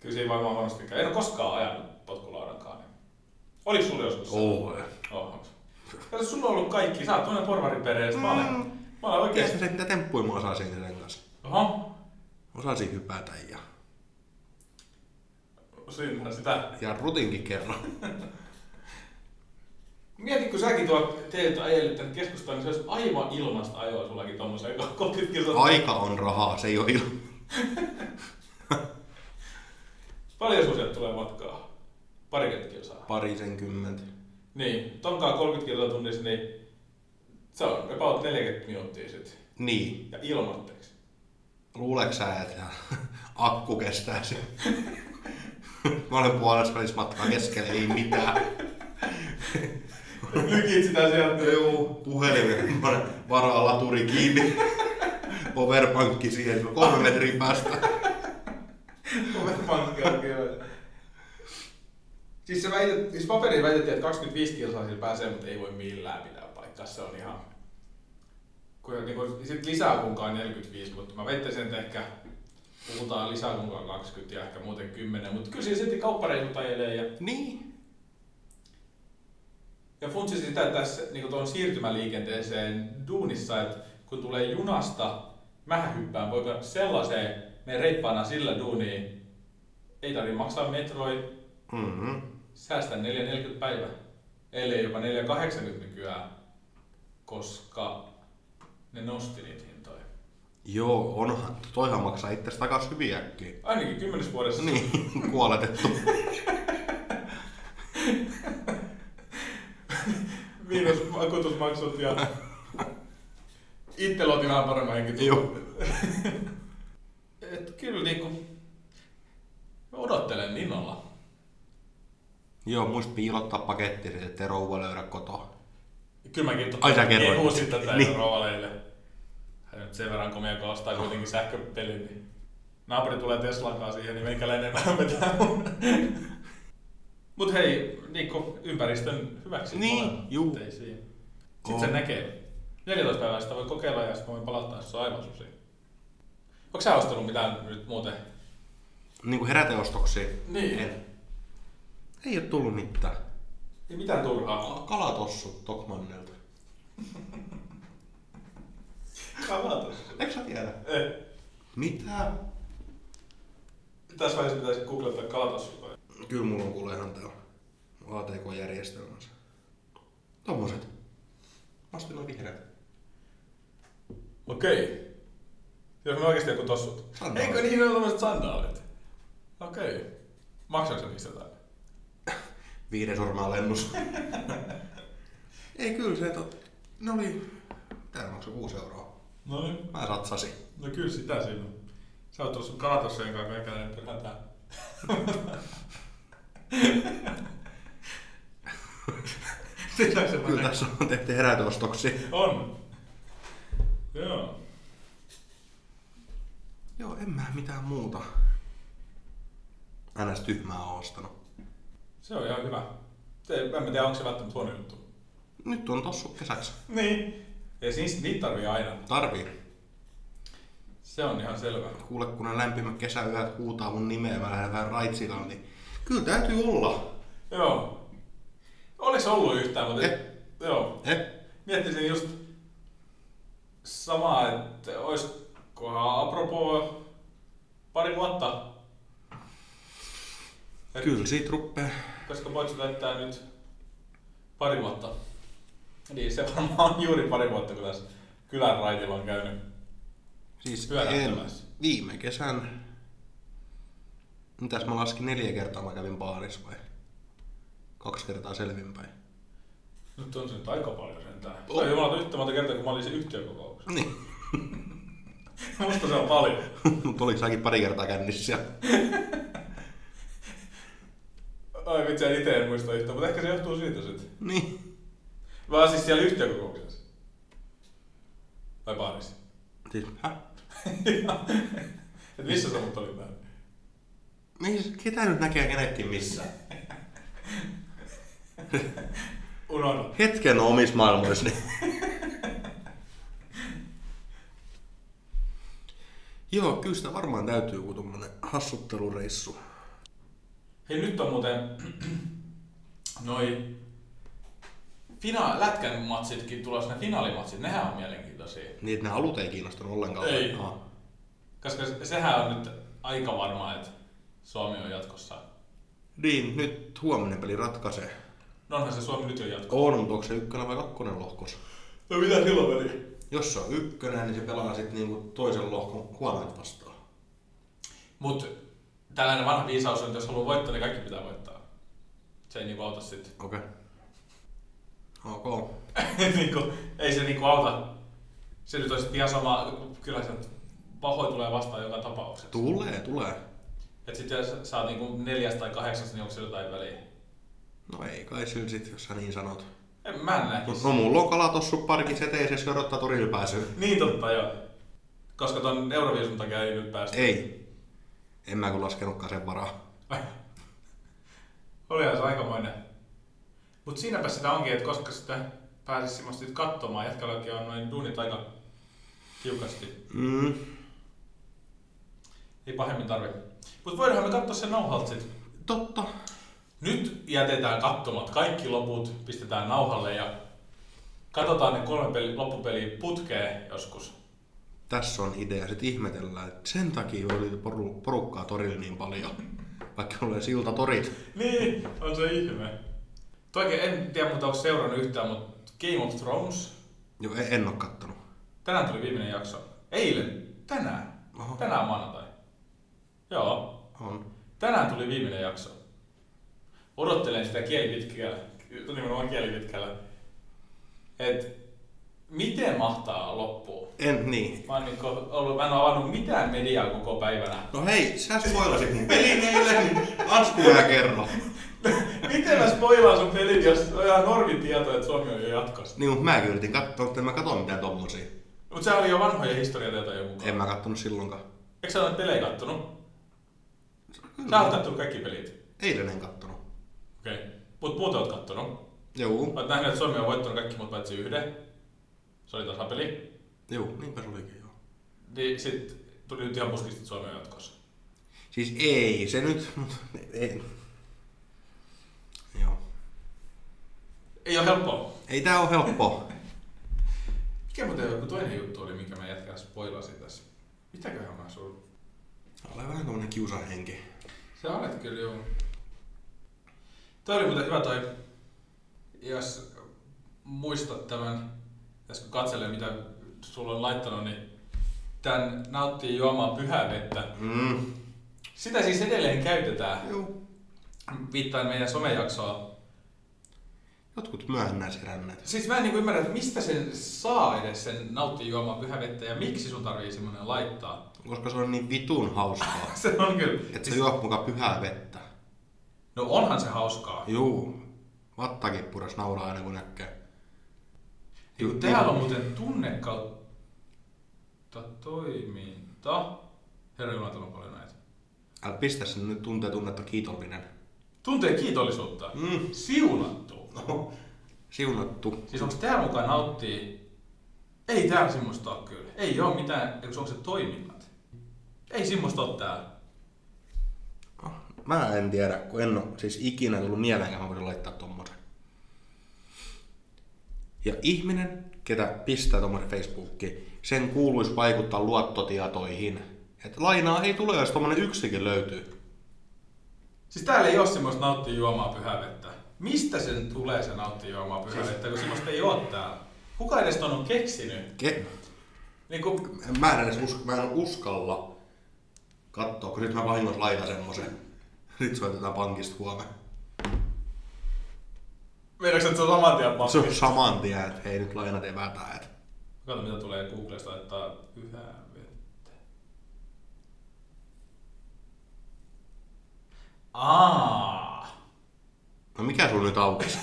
Speaker 1: Kyllä siinä varmaan varmastikaan. En ole koskaan ajanut potkulaudankaan. Niin. Oliko sulla joskus? se? Oho. Kato, sulla on ollut kaikki. Sä oot tuonne porvarin perheessä. Mä olen,
Speaker 2: Mm.
Speaker 1: mä olen
Speaker 2: Tiedätkö
Speaker 1: oikeesti...
Speaker 2: se, mitä temppuja mä osasin sen kanssa?
Speaker 1: Oho.
Speaker 2: Osasin hypätä ja,
Speaker 1: Siinähän sitä.
Speaker 2: ja rutinkin kerran.
Speaker 1: Mieti, kun säkin tuot teiltä ajelit tänne keskustaan, niin se olisi aivan ilmasta ajoa sullakin tommoseen 30 kilsaa.
Speaker 2: Aika on rahaa, se ei ole ilma.
Speaker 1: Paljon sun sieltä tulee matkaa? Parikymmentä kilsaa.
Speaker 2: Parisenkymmentä.
Speaker 1: Niin, tonkaan 30 kilsaa tunnissa, niin se on about 40 minuuttia sit.
Speaker 2: Niin.
Speaker 1: Ja ilmatteeksi.
Speaker 2: Luuleeko sä, että akku kestää sen? Mä olen puolessa välissä matkaa keskellä, ei mitään.
Speaker 1: Lykit sitä sieltä.
Speaker 2: Joo, puhelimen varaa laturi kiinni. Powerpankki siihen, kolme metrin päästä.
Speaker 1: Overpankki on kyllä. Siis, se väitet, siis paperiin väitettiin, että 25 kilsaa sillä pääsee, mutta ei voi millään pitää paikkaa. Se on ihan... Kun, niin kun, sit lisää kunkaan 45, mutta mä väittäisin, että ehkä puhutaan lisää kunkaan 20 ja ehkä muuten 10. Mutta kyllä siinä silti kauppareisut ajelee ja,
Speaker 2: Niin.
Speaker 1: ja funtsi sitä tässä niin tuon siirtymäliikenteeseen duunissa, että kun tulee junasta, mä hyppään, voiko sellaiseen, me reippaana sillä duuniin, ei tarvitse maksaa metroi,
Speaker 2: Mm-hmm.
Speaker 1: säästän 4,40 päivä, ellei jopa 4,80 nykyään, koska ne nosti niitä hintoja.
Speaker 2: Joo, onhan. Toihan maksaa itsestä takas hyvin äkkiä.
Speaker 1: Ainakin kymmenessä vuodessa.
Speaker 2: Niin, kuoletettu.
Speaker 1: Miinus vakuutusmaksut ja... Itse luotin vähän paremmin henki.
Speaker 2: Joo.
Speaker 1: *laughs* Et kyllä niinku... Mä odottelen innolla.
Speaker 2: Joo, muista piilottaa paketti, sitten, ettei rouva löydä kotoa.
Speaker 1: Kyllä mäkin
Speaker 2: Ai sä kerroit.
Speaker 1: kehuisin tätä niin.
Speaker 2: Niin.
Speaker 1: roovaleille. Hän nyt sen verran komia, kun ostaa kuitenkin sähköpelin, niin naapuri tulee Teslan kanssa siihen, niin meikäläinen vähän vetää mun. Mut hei, niinku ympäristön hyväksi.
Speaker 2: Niin,
Speaker 1: molemmat
Speaker 2: juu.
Speaker 1: teisiin. Sitten
Speaker 2: Oo.
Speaker 1: sen näkee. 14 päivää sitä voi kokeilla ja sitten voi palauttaa se aivan susi. Onko sä ostanut mitään nyt muuten?
Speaker 2: Niin kuin heräteostoksia.
Speaker 1: Niin.
Speaker 2: En. Ei ole tullut mitään.
Speaker 1: Ei mitään turhaa.
Speaker 2: Ka- Kalatossut Tokmannelta.
Speaker 1: Kavata.
Speaker 2: Eikö sä tiedä?
Speaker 1: Ei.
Speaker 2: Mitä?
Speaker 1: Tässä vaiheessa pitäisi googlettaa kalatassua.
Speaker 2: Kyllä mulla on kuule ihan täällä ATK-järjestelmänsä. Tommoset. Mä ostin noin vihreät.
Speaker 1: Okei. Jos me oikeasti joku tossut.
Speaker 2: Sandaalit.
Speaker 1: Eikö niin ne on tämmöiset sandaalit? Okei. Maksaako se niistä jotain?
Speaker 2: Viiden sormaa lennus. Ei kyllä se, tot... ne oli... Tää maksoi 6 euroa.
Speaker 1: No niin.
Speaker 2: Mä satsasin.
Speaker 1: No kyllä sitä siinä on. Sä oot tullut sun kalatosseen kanssa meikäläinen pönätään. *laughs* Sitä se
Speaker 2: Kyllä
Speaker 1: menee.
Speaker 2: tässä on tehty herätostoksia.
Speaker 1: On. Joo.
Speaker 2: Joo, en mä mitään muuta. Ns. tyhmää oo ostanut.
Speaker 1: Se on ihan hyvä. Te- Mä en tiedä, onko se välttämättä huono juttu.
Speaker 2: Nyt on tossu kesäksi.
Speaker 1: Niin. Ja siis niitä tarvii aina.
Speaker 2: Tarvii.
Speaker 1: Se on ihan selvä.
Speaker 2: Kuule, kun ne lämpimät kesäyöt huutaa mun nimeä, mä lähden vähän raitsilaan, niin kyllä täytyy olla.
Speaker 1: Joo. Oliko ollut yhtään, mutta...
Speaker 2: Eh.
Speaker 1: Joo.
Speaker 2: Eh?
Speaker 1: Miettisin just samaa, että olisikohan apropos pari vuotta,
Speaker 2: Kyllä siitä ruppee.
Speaker 1: koska Boitsu täyttää nyt pari vuotta. Niin se varmaan on juuri pari vuotta, kun tässä kylän raitilla on käynyt.
Speaker 2: Siis en,
Speaker 1: Pyörähtämässä.
Speaker 2: viime kesän... Mitäs mä laskin neljä kertaa mä kävin baarissa vai? Kaksi kertaa selvinpäin. *laughs*
Speaker 1: Nyt on se nyt aika paljon sentään. Se on jumalata yhtä monta kertaa, kun mä olin se yhtiökokouksessa.
Speaker 2: Niin.
Speaker 1: *laughs* Musta se on paljon.
Speaker 2: Mut oliko säkin pari kertaa kännissä? *laughs*
Speaker 1: Ai vitsi, en itse en muista yhtään, mutta ehkä se johtuu siitä sitten.
Speaker 2: Niin.
Speaker 1: Vaan siis siellä yhtiökokouksessa. Vai baarissa.
Speaker 2: Siis, häh?
Speaker 1: Et missä sä mut olit näin?
Speaker 2: Mis, ketä nyt näkee kenetkin missään?
Speaker 1: Unohdin.
Speaker 2: Hetken on omissa maailmoissa. Niin. *laughs* Joo, kyllä sitä varmaan täytyy joku tommonen hassuttelureissu.
Speaker 1: Hei nyt on muuten *clears throat* noi fina- lätkän matsitkin tulossa, ne finaalimatsit, nehän on mielenkiintoisia.
Speaker 2: Niin, että ne alut ei kiinnostanut ollenkaan.
Speaker 1: Ei.
Speaker 2: Ah.
Speaker 1: Koska se- sehän on nyt aika varmaa, että Suomi on jatkossa.
Speaker 2: Niin, nyt huominen peli ratkaisee.
Speaker 1: No onhan se Suomi nyt jo jatkossa.
Speaker 2: On, mutta onko se ykkönen vai kakkonen lohkossa?
Speaker 1: No mitä silloin meni?
Speaker 2: Jos se on ykkönen, niin se pelaa sitten niinku toisen lohkon huonoit vastaan.
Speaker 1: Mut tällainen vanha viisaus on, että jos haluaa voittaa, niin kaikki pitää voittaa. Se ei niinku auta sit.
Speaker 2: Okei. Okay. Ok.
Speaker 1: *laughs* niinku, ei se niinku auta. Se nyt on sitten ihan sama, kyllä se pahoin tulee vastaan joka tapauksessa.
Speaker 2: Tulee, tulee.
Speaker 1: Et sit jos sä oot niinku neljäs tai kahdeksas, niin onko se jotain väliä?
Speaker 2: No ei kai sillä sit, jos sä niin sanot.
Speaker 1: En mä en
Speaker 2: No,
Speaker 1: näkis.
Speaker 2: no mulla on kalatossu parkissa eteisessä, joka odottaa torille pääsyä.
Speaker 1: Niin totta joo. Koska ton Euroviisun takia ei nyt päästä.
Speaker 2: Ei. En mä kun laskenutkaan sen varaa.
Speaker 1: *laughs* Olihan se aikamoinen. Mut siinäpä sitä onkin, että koska sitä pääsis semmoista nyt katsomaan, jätkäläkin on noin duunit aika tiukasti.
Speaker 2: Mm.
Speaker 1: Ei pahemmin tarvi. Mut voidaanhan me katsoa sen nauhalta sit.
Speaker 2: Totta.
Speaker 1: Nyt jätetään kattomat kaikki loput, pistetään nauhalle ja katsotaan ne kolme peli, loppupeliä putkeen joskus.
Speaker 2: Tässä on idea. Sitten ihmetellään, että sen takia oli poru- porukkaa torille niin paljon. Vaikka tulee silta torit.
Speaker 1: Niin, on se ihme. Toikin en tiedä, mutta onko seurannut yhtään, mutta Game of Thrones.
Speaker 2: Joo, e- en, en oo kattonut.
Speaker 1: Tänään tuli viimeinen jakso. Eilen. Tänään.
Speaker 2: Oho.
Speaker 1: Tänään maanantai. Joo.
Speaker 2: On.
Speaker 1: Tänään tuli viimeinen jakso. Odottelen sitä kielipitkällä, nimenomaan kielipitkällä että miten mahtaa loppua.
Speaker 2: En niin.
Speaker 1: Mä, oon niinku ollut, mä en ole avannut mitään mediaa koko päivänä. *laughs*
Speaker 2: No hei, sä spoilasit mun pelin eilen, *laughs* niin Ansku vielä kerro.
Speaker 1: Miten mä spoilaan sun pelin, jos on ihan normitieto, että Suomi on jo jatkossa?
Speaker 2: Niin, mutta mä kyllä yritin katsoa, että en mä katso mitään tommosia.
Speaker 1: Mut sehän oli jo vanhoja historioita jotain joku.
Speaker 2: En mä kattonut silloinkaan.
Speaker 1: Eikö sä ole pelejä kattonut? Sä oot kattonut kaikki pelit.
Speaker 2: Eilen en kattonut.
Speaker 1: Okei. Okay. Mut muuten oot kattonut.
Speaker 2: Juu,
Speaker 1: Oot nähnyt, että Suomi on voittanut kaikki muut paitsi yhden. Se oli tasapeli.
Speaker 2: juu, niinpä se olikin joo.
Speaker 1: Niin sit tuli nyt ihan puskista, että Suomi on jatkossa.
Speaker 2: Siis ei se nyt, mut ei. Joo.
Speaker 1: Ei oo helppoa.
Speaker 2: Ei tää oo helppoa.
Speaker 1: Mikä muuten joku toinen juttu oli, minkä mä jätkään spoilasin tässä? Mitäköhän mä sun...
Speaker 2: Ole vähän tommonen kiusahenki.
Speaker 1: Sä olet kyllä joo. Toi oli muuten hyvä toi, jos muistat tämän, jos kun katselee mitä sulla on laittanut, niin tämän nauttii juomaan pyhää vettä.
Speaker 2: Mm.
Speaker 1: Sitä siis edelleen käytetään.
Speaker 2: Juu.
Speaker 1: Viittaan meidän somejaksoa.
Speaker 2: Jotkut myöhännäisheränneet.
Speaker 1: Siis mä en niinku ymmärrä, että mistä sen saa edes sen nauttii juomaan pyhää vettä ja miksi sun tarvii semmonen laittaa. *laughs*
Speaker 2: Koska se on niin vitun hauskaa.
Speaker 1: Se on kyllä.
Speaker 2: Että sä
Speaker 1: Siis,
Speaker 2: juot muka pyhää vettä.
Speaker 1: no onhan se hauskaa.
Speaker 2: Juu. Vattakin puras nauraa aina kun näkee.
Speaker 1: Niin,
Speaker 2: Ju-
Speaker 1: täällä on muuten tunne kautta toiminta. Herra Jumala, täällä on paljon näitä.
Speaker 2: Älä pistä sen nyt tuntee tunnetta kiitollinen.
Speaker 1: Tuntee kiitollisuutta.
Speaker 2: Mm.
Speaker 1: Siunattu.
Speaker 2: No, siunattu.
Speaker 1: Siis onko tää mukaan nauttii? Ei täällä semmoista ole kyllä. Ei oo mitään, eikö onko se toiminnat? Ei semmoista ole täällä.
Speaker 2: Mä en tiedä, kun en ole siis ikinä tullut mieleenkään, mä voisin laittaa tommosen. Ja ihminen, ketä pistää tommosen Facebookiin, sen kuuluisi vaikuttaa luottotietoihin. Et lainaa ei tule, jos tommonen yksikin löytyy.
Speaker 1: Siis täällä ei oo semmoista nauttii juomaa pyhää vettä. Mistä sen tulee se nauttii juomaa
Speaker 2: Siis-
Speaker 1: pyhää vettä, kun semmoista ei oo täällä? Kuka edes ton on keksinyt?
Speaker 2: Ke-
Speaker 1: Niinku,
Speaker 2: mä en edes usk- mä en uskalla katsoa, kun nyt mä vahingossa laitan semmosen. *laughs* Nyt soitetaan pankista huomenna.
Speaker 1: meinaatko sä saman tien
Speaker 2: Se
Speaker 1: pankkiin?
Speaker 2: on saman tien, että hei nyt lainat ei vätää. Et.
Speaker 1: Kato mitä tulee Googlesta laittaa pyhää vettä. Aa.
Speaker 2: No mikä sun nyt aukesi?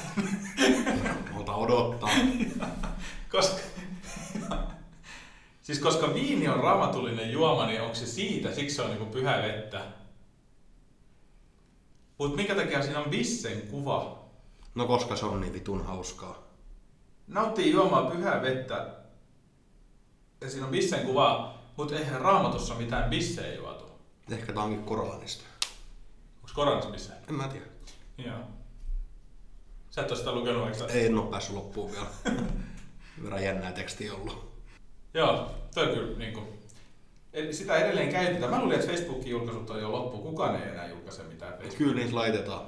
Speaker 2: *laughs* Ota odottaa.
Speaker 1: Koska... siis koska viini on raamatullinen juoma, niin onko se siitä, siksi se on niinku pyhää vettä. Mut minkä takia siinä on Vissen kuva?
Speaker 2: No koska se on niin vitun hauskaa.
Speaker 1: Nauttii juomaan pyhää vettä. Ja siinä on Vissen kuva, mutta eihän raamatussa mitään bissejä juotu.
Speaker 2: Ehkä tää onkin Koranista.
Speaker 1: Onko Koranissa bissejä?
Speaker 2: En mä tiedä.
Speaker 1: Joo. Sä et ole sitä lukenut, eikö sä?
Speaker 2: Ei en oo päässyt loppuun vielä. Sen verran jännää tekstiä ollut.
Speaker 1: Joo, toi kyllä niin kuin, sitä edelleen käytetään. Mä luulin, että Facebookin julkaisut on jo loppu. Kukaan ei enää julkaise mitään
Speaker 2: Et
Speaker 1: Facebookia.
Speaker 2: kyllä niitä laitetaan.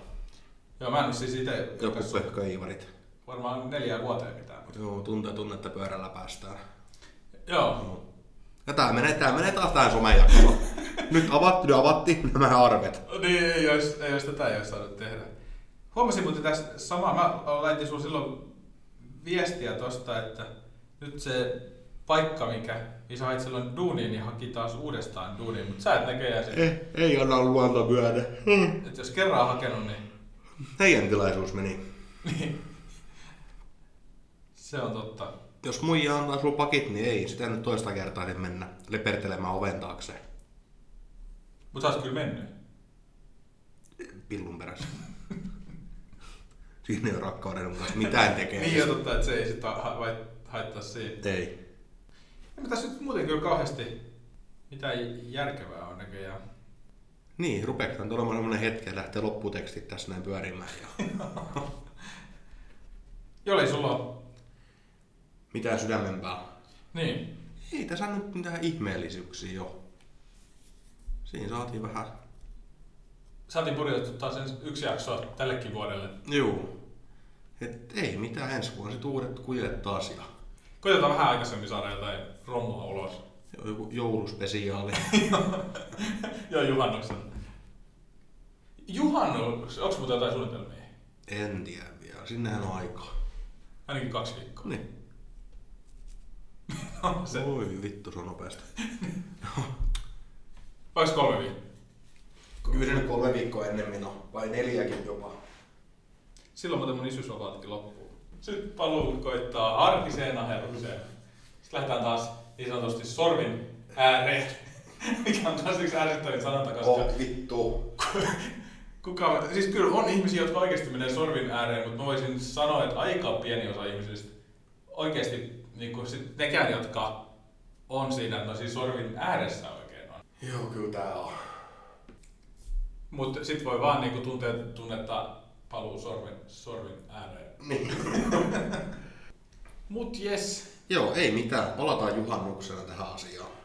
Speaker 1: Joo, mä en ole siis itse
Speaker 2: Joku
Speaker 1: julkaissut
Speaker 2: pöhköiivarit.
Speaker 1: varmaan neljään vuoteen mitään. Mutta.
Speaker 2: Joo, tunte tunnetta pyörällä päästään.
Speaker 1: Joo,
Speaker 2: Ja tää menee, tää menee taas tähän somejaksoon. Nyt avatti, nyt avatti nämä arvet.
Speaker 1: niin ei jos, ei jos tätä ei olisi saanut tehdä. Huomasin muuten tässä samaa, mä laitin sun silloin viestiä tosta, että nyt se paikka, mikä isä hait silloin duuniin, niin haki taas uudestaan duuniin, mutta sä et näköjään sitä.
Speaker 2: Ei, Eh, ei anna luonto myöden. Hmm.
Speaker 1: Et jos kerran on hakenut, niin
Speaker 2: Heidän tilaisuus meni.
Speaker 1: Niin. Se on totta.
Speaker 2: Jos muija antaa sulla pakit, niin ei sitä nyt toista kertaa niin mennä lepertelemään oven taakse
Speaker 1: Mutta sä oot kyllä mennyt.
Speaker 2: pillun perässä. Siinä ei ole rakkauden kanssa mitään
Speaker 1: Niin
Speaker 2: tekemistä.
Speaker 1: on totta, että se ei sitä ha- vai- haittaa siitä.
Speaker 2: Ei.
Speaker 1: Ei, mutta tässä nyt muuten kyllä kauheasti mitään järkevää on näköjään.
Speaker 2: Niin, rupeekaan tulemaan semmoinen hetki, että lähtee lopputekstit tässä näin pyörimään. Ja...
Speaker 1: Jollei sulla on.
Speaker 2: Mitään sydämempää.
Speaker 1: Niin.
Speaker 2: Ei tässä nyt mitään ihmeellisyyksiä jo. Siinä saatiin vähän...
Speaker 1: Saatiin purjoitettu taas ens- yksi jakso tällekin vuodelle.
Speaker 2: Juu. Et ei mitään, ensi vuonna sit uudet kujet taas ja
Speaker 1: Koitetaan vähän aikaisemmin saada jotain romua ulos. *laughs*
Speaker 2: joku jouluspesiaali.
Speaker 1: Joo, juhannuksen. Juhannus, onko muuten jotain suunnitelmia?
Speaker 2: en tiedä vielä, sinnehän on aikaa.
Speaker 1: Ainakin kaksi viikkoa.
Speaker 2: Niin.
Speaker 1: *laughs* On se.
Speaker 2: Oi vittu, se on nopeasti.
Speaker 1: Vai olis kolme viikkoa?
Speaker 2: Kyllä se nyt kolme viikkoa ennemmin on, vai neljäkin jopa.
Speaker 1: Silloin muuten mun isyys vapaatti loppuun. Sitten paluu koittaa arkiseen aherrukseen. Sitten lähdetään taas niin sanotusti sormin ääreen, *laughs* mikä on taas yksi ärsyttävin sanonta, koska
Speaker 2: Oh vittu.
Speaker 1: *laughs* kuka, siis kyllä on ihmisiä, jotka oikeasti menee sormin ääreen, mutta mä voisin sanoa, että aika pieni osa ihmisistä oikeasti niin kuin sit nekään, jotka on siinä, no siis sormin ääressä oikein on.
Speaker 2: Joo, kyllä tää on.
Speaker 1: Mutta sitten voi vaan niin kuin tuntea tunnetta paluu sormin, sormin ääreen. *laughs*
Speaker 2: Niin.
Speaker 1: Mut jes,
Speaker 2: Joo, ei mitään. Palataan juhannuksena tähän asiaan.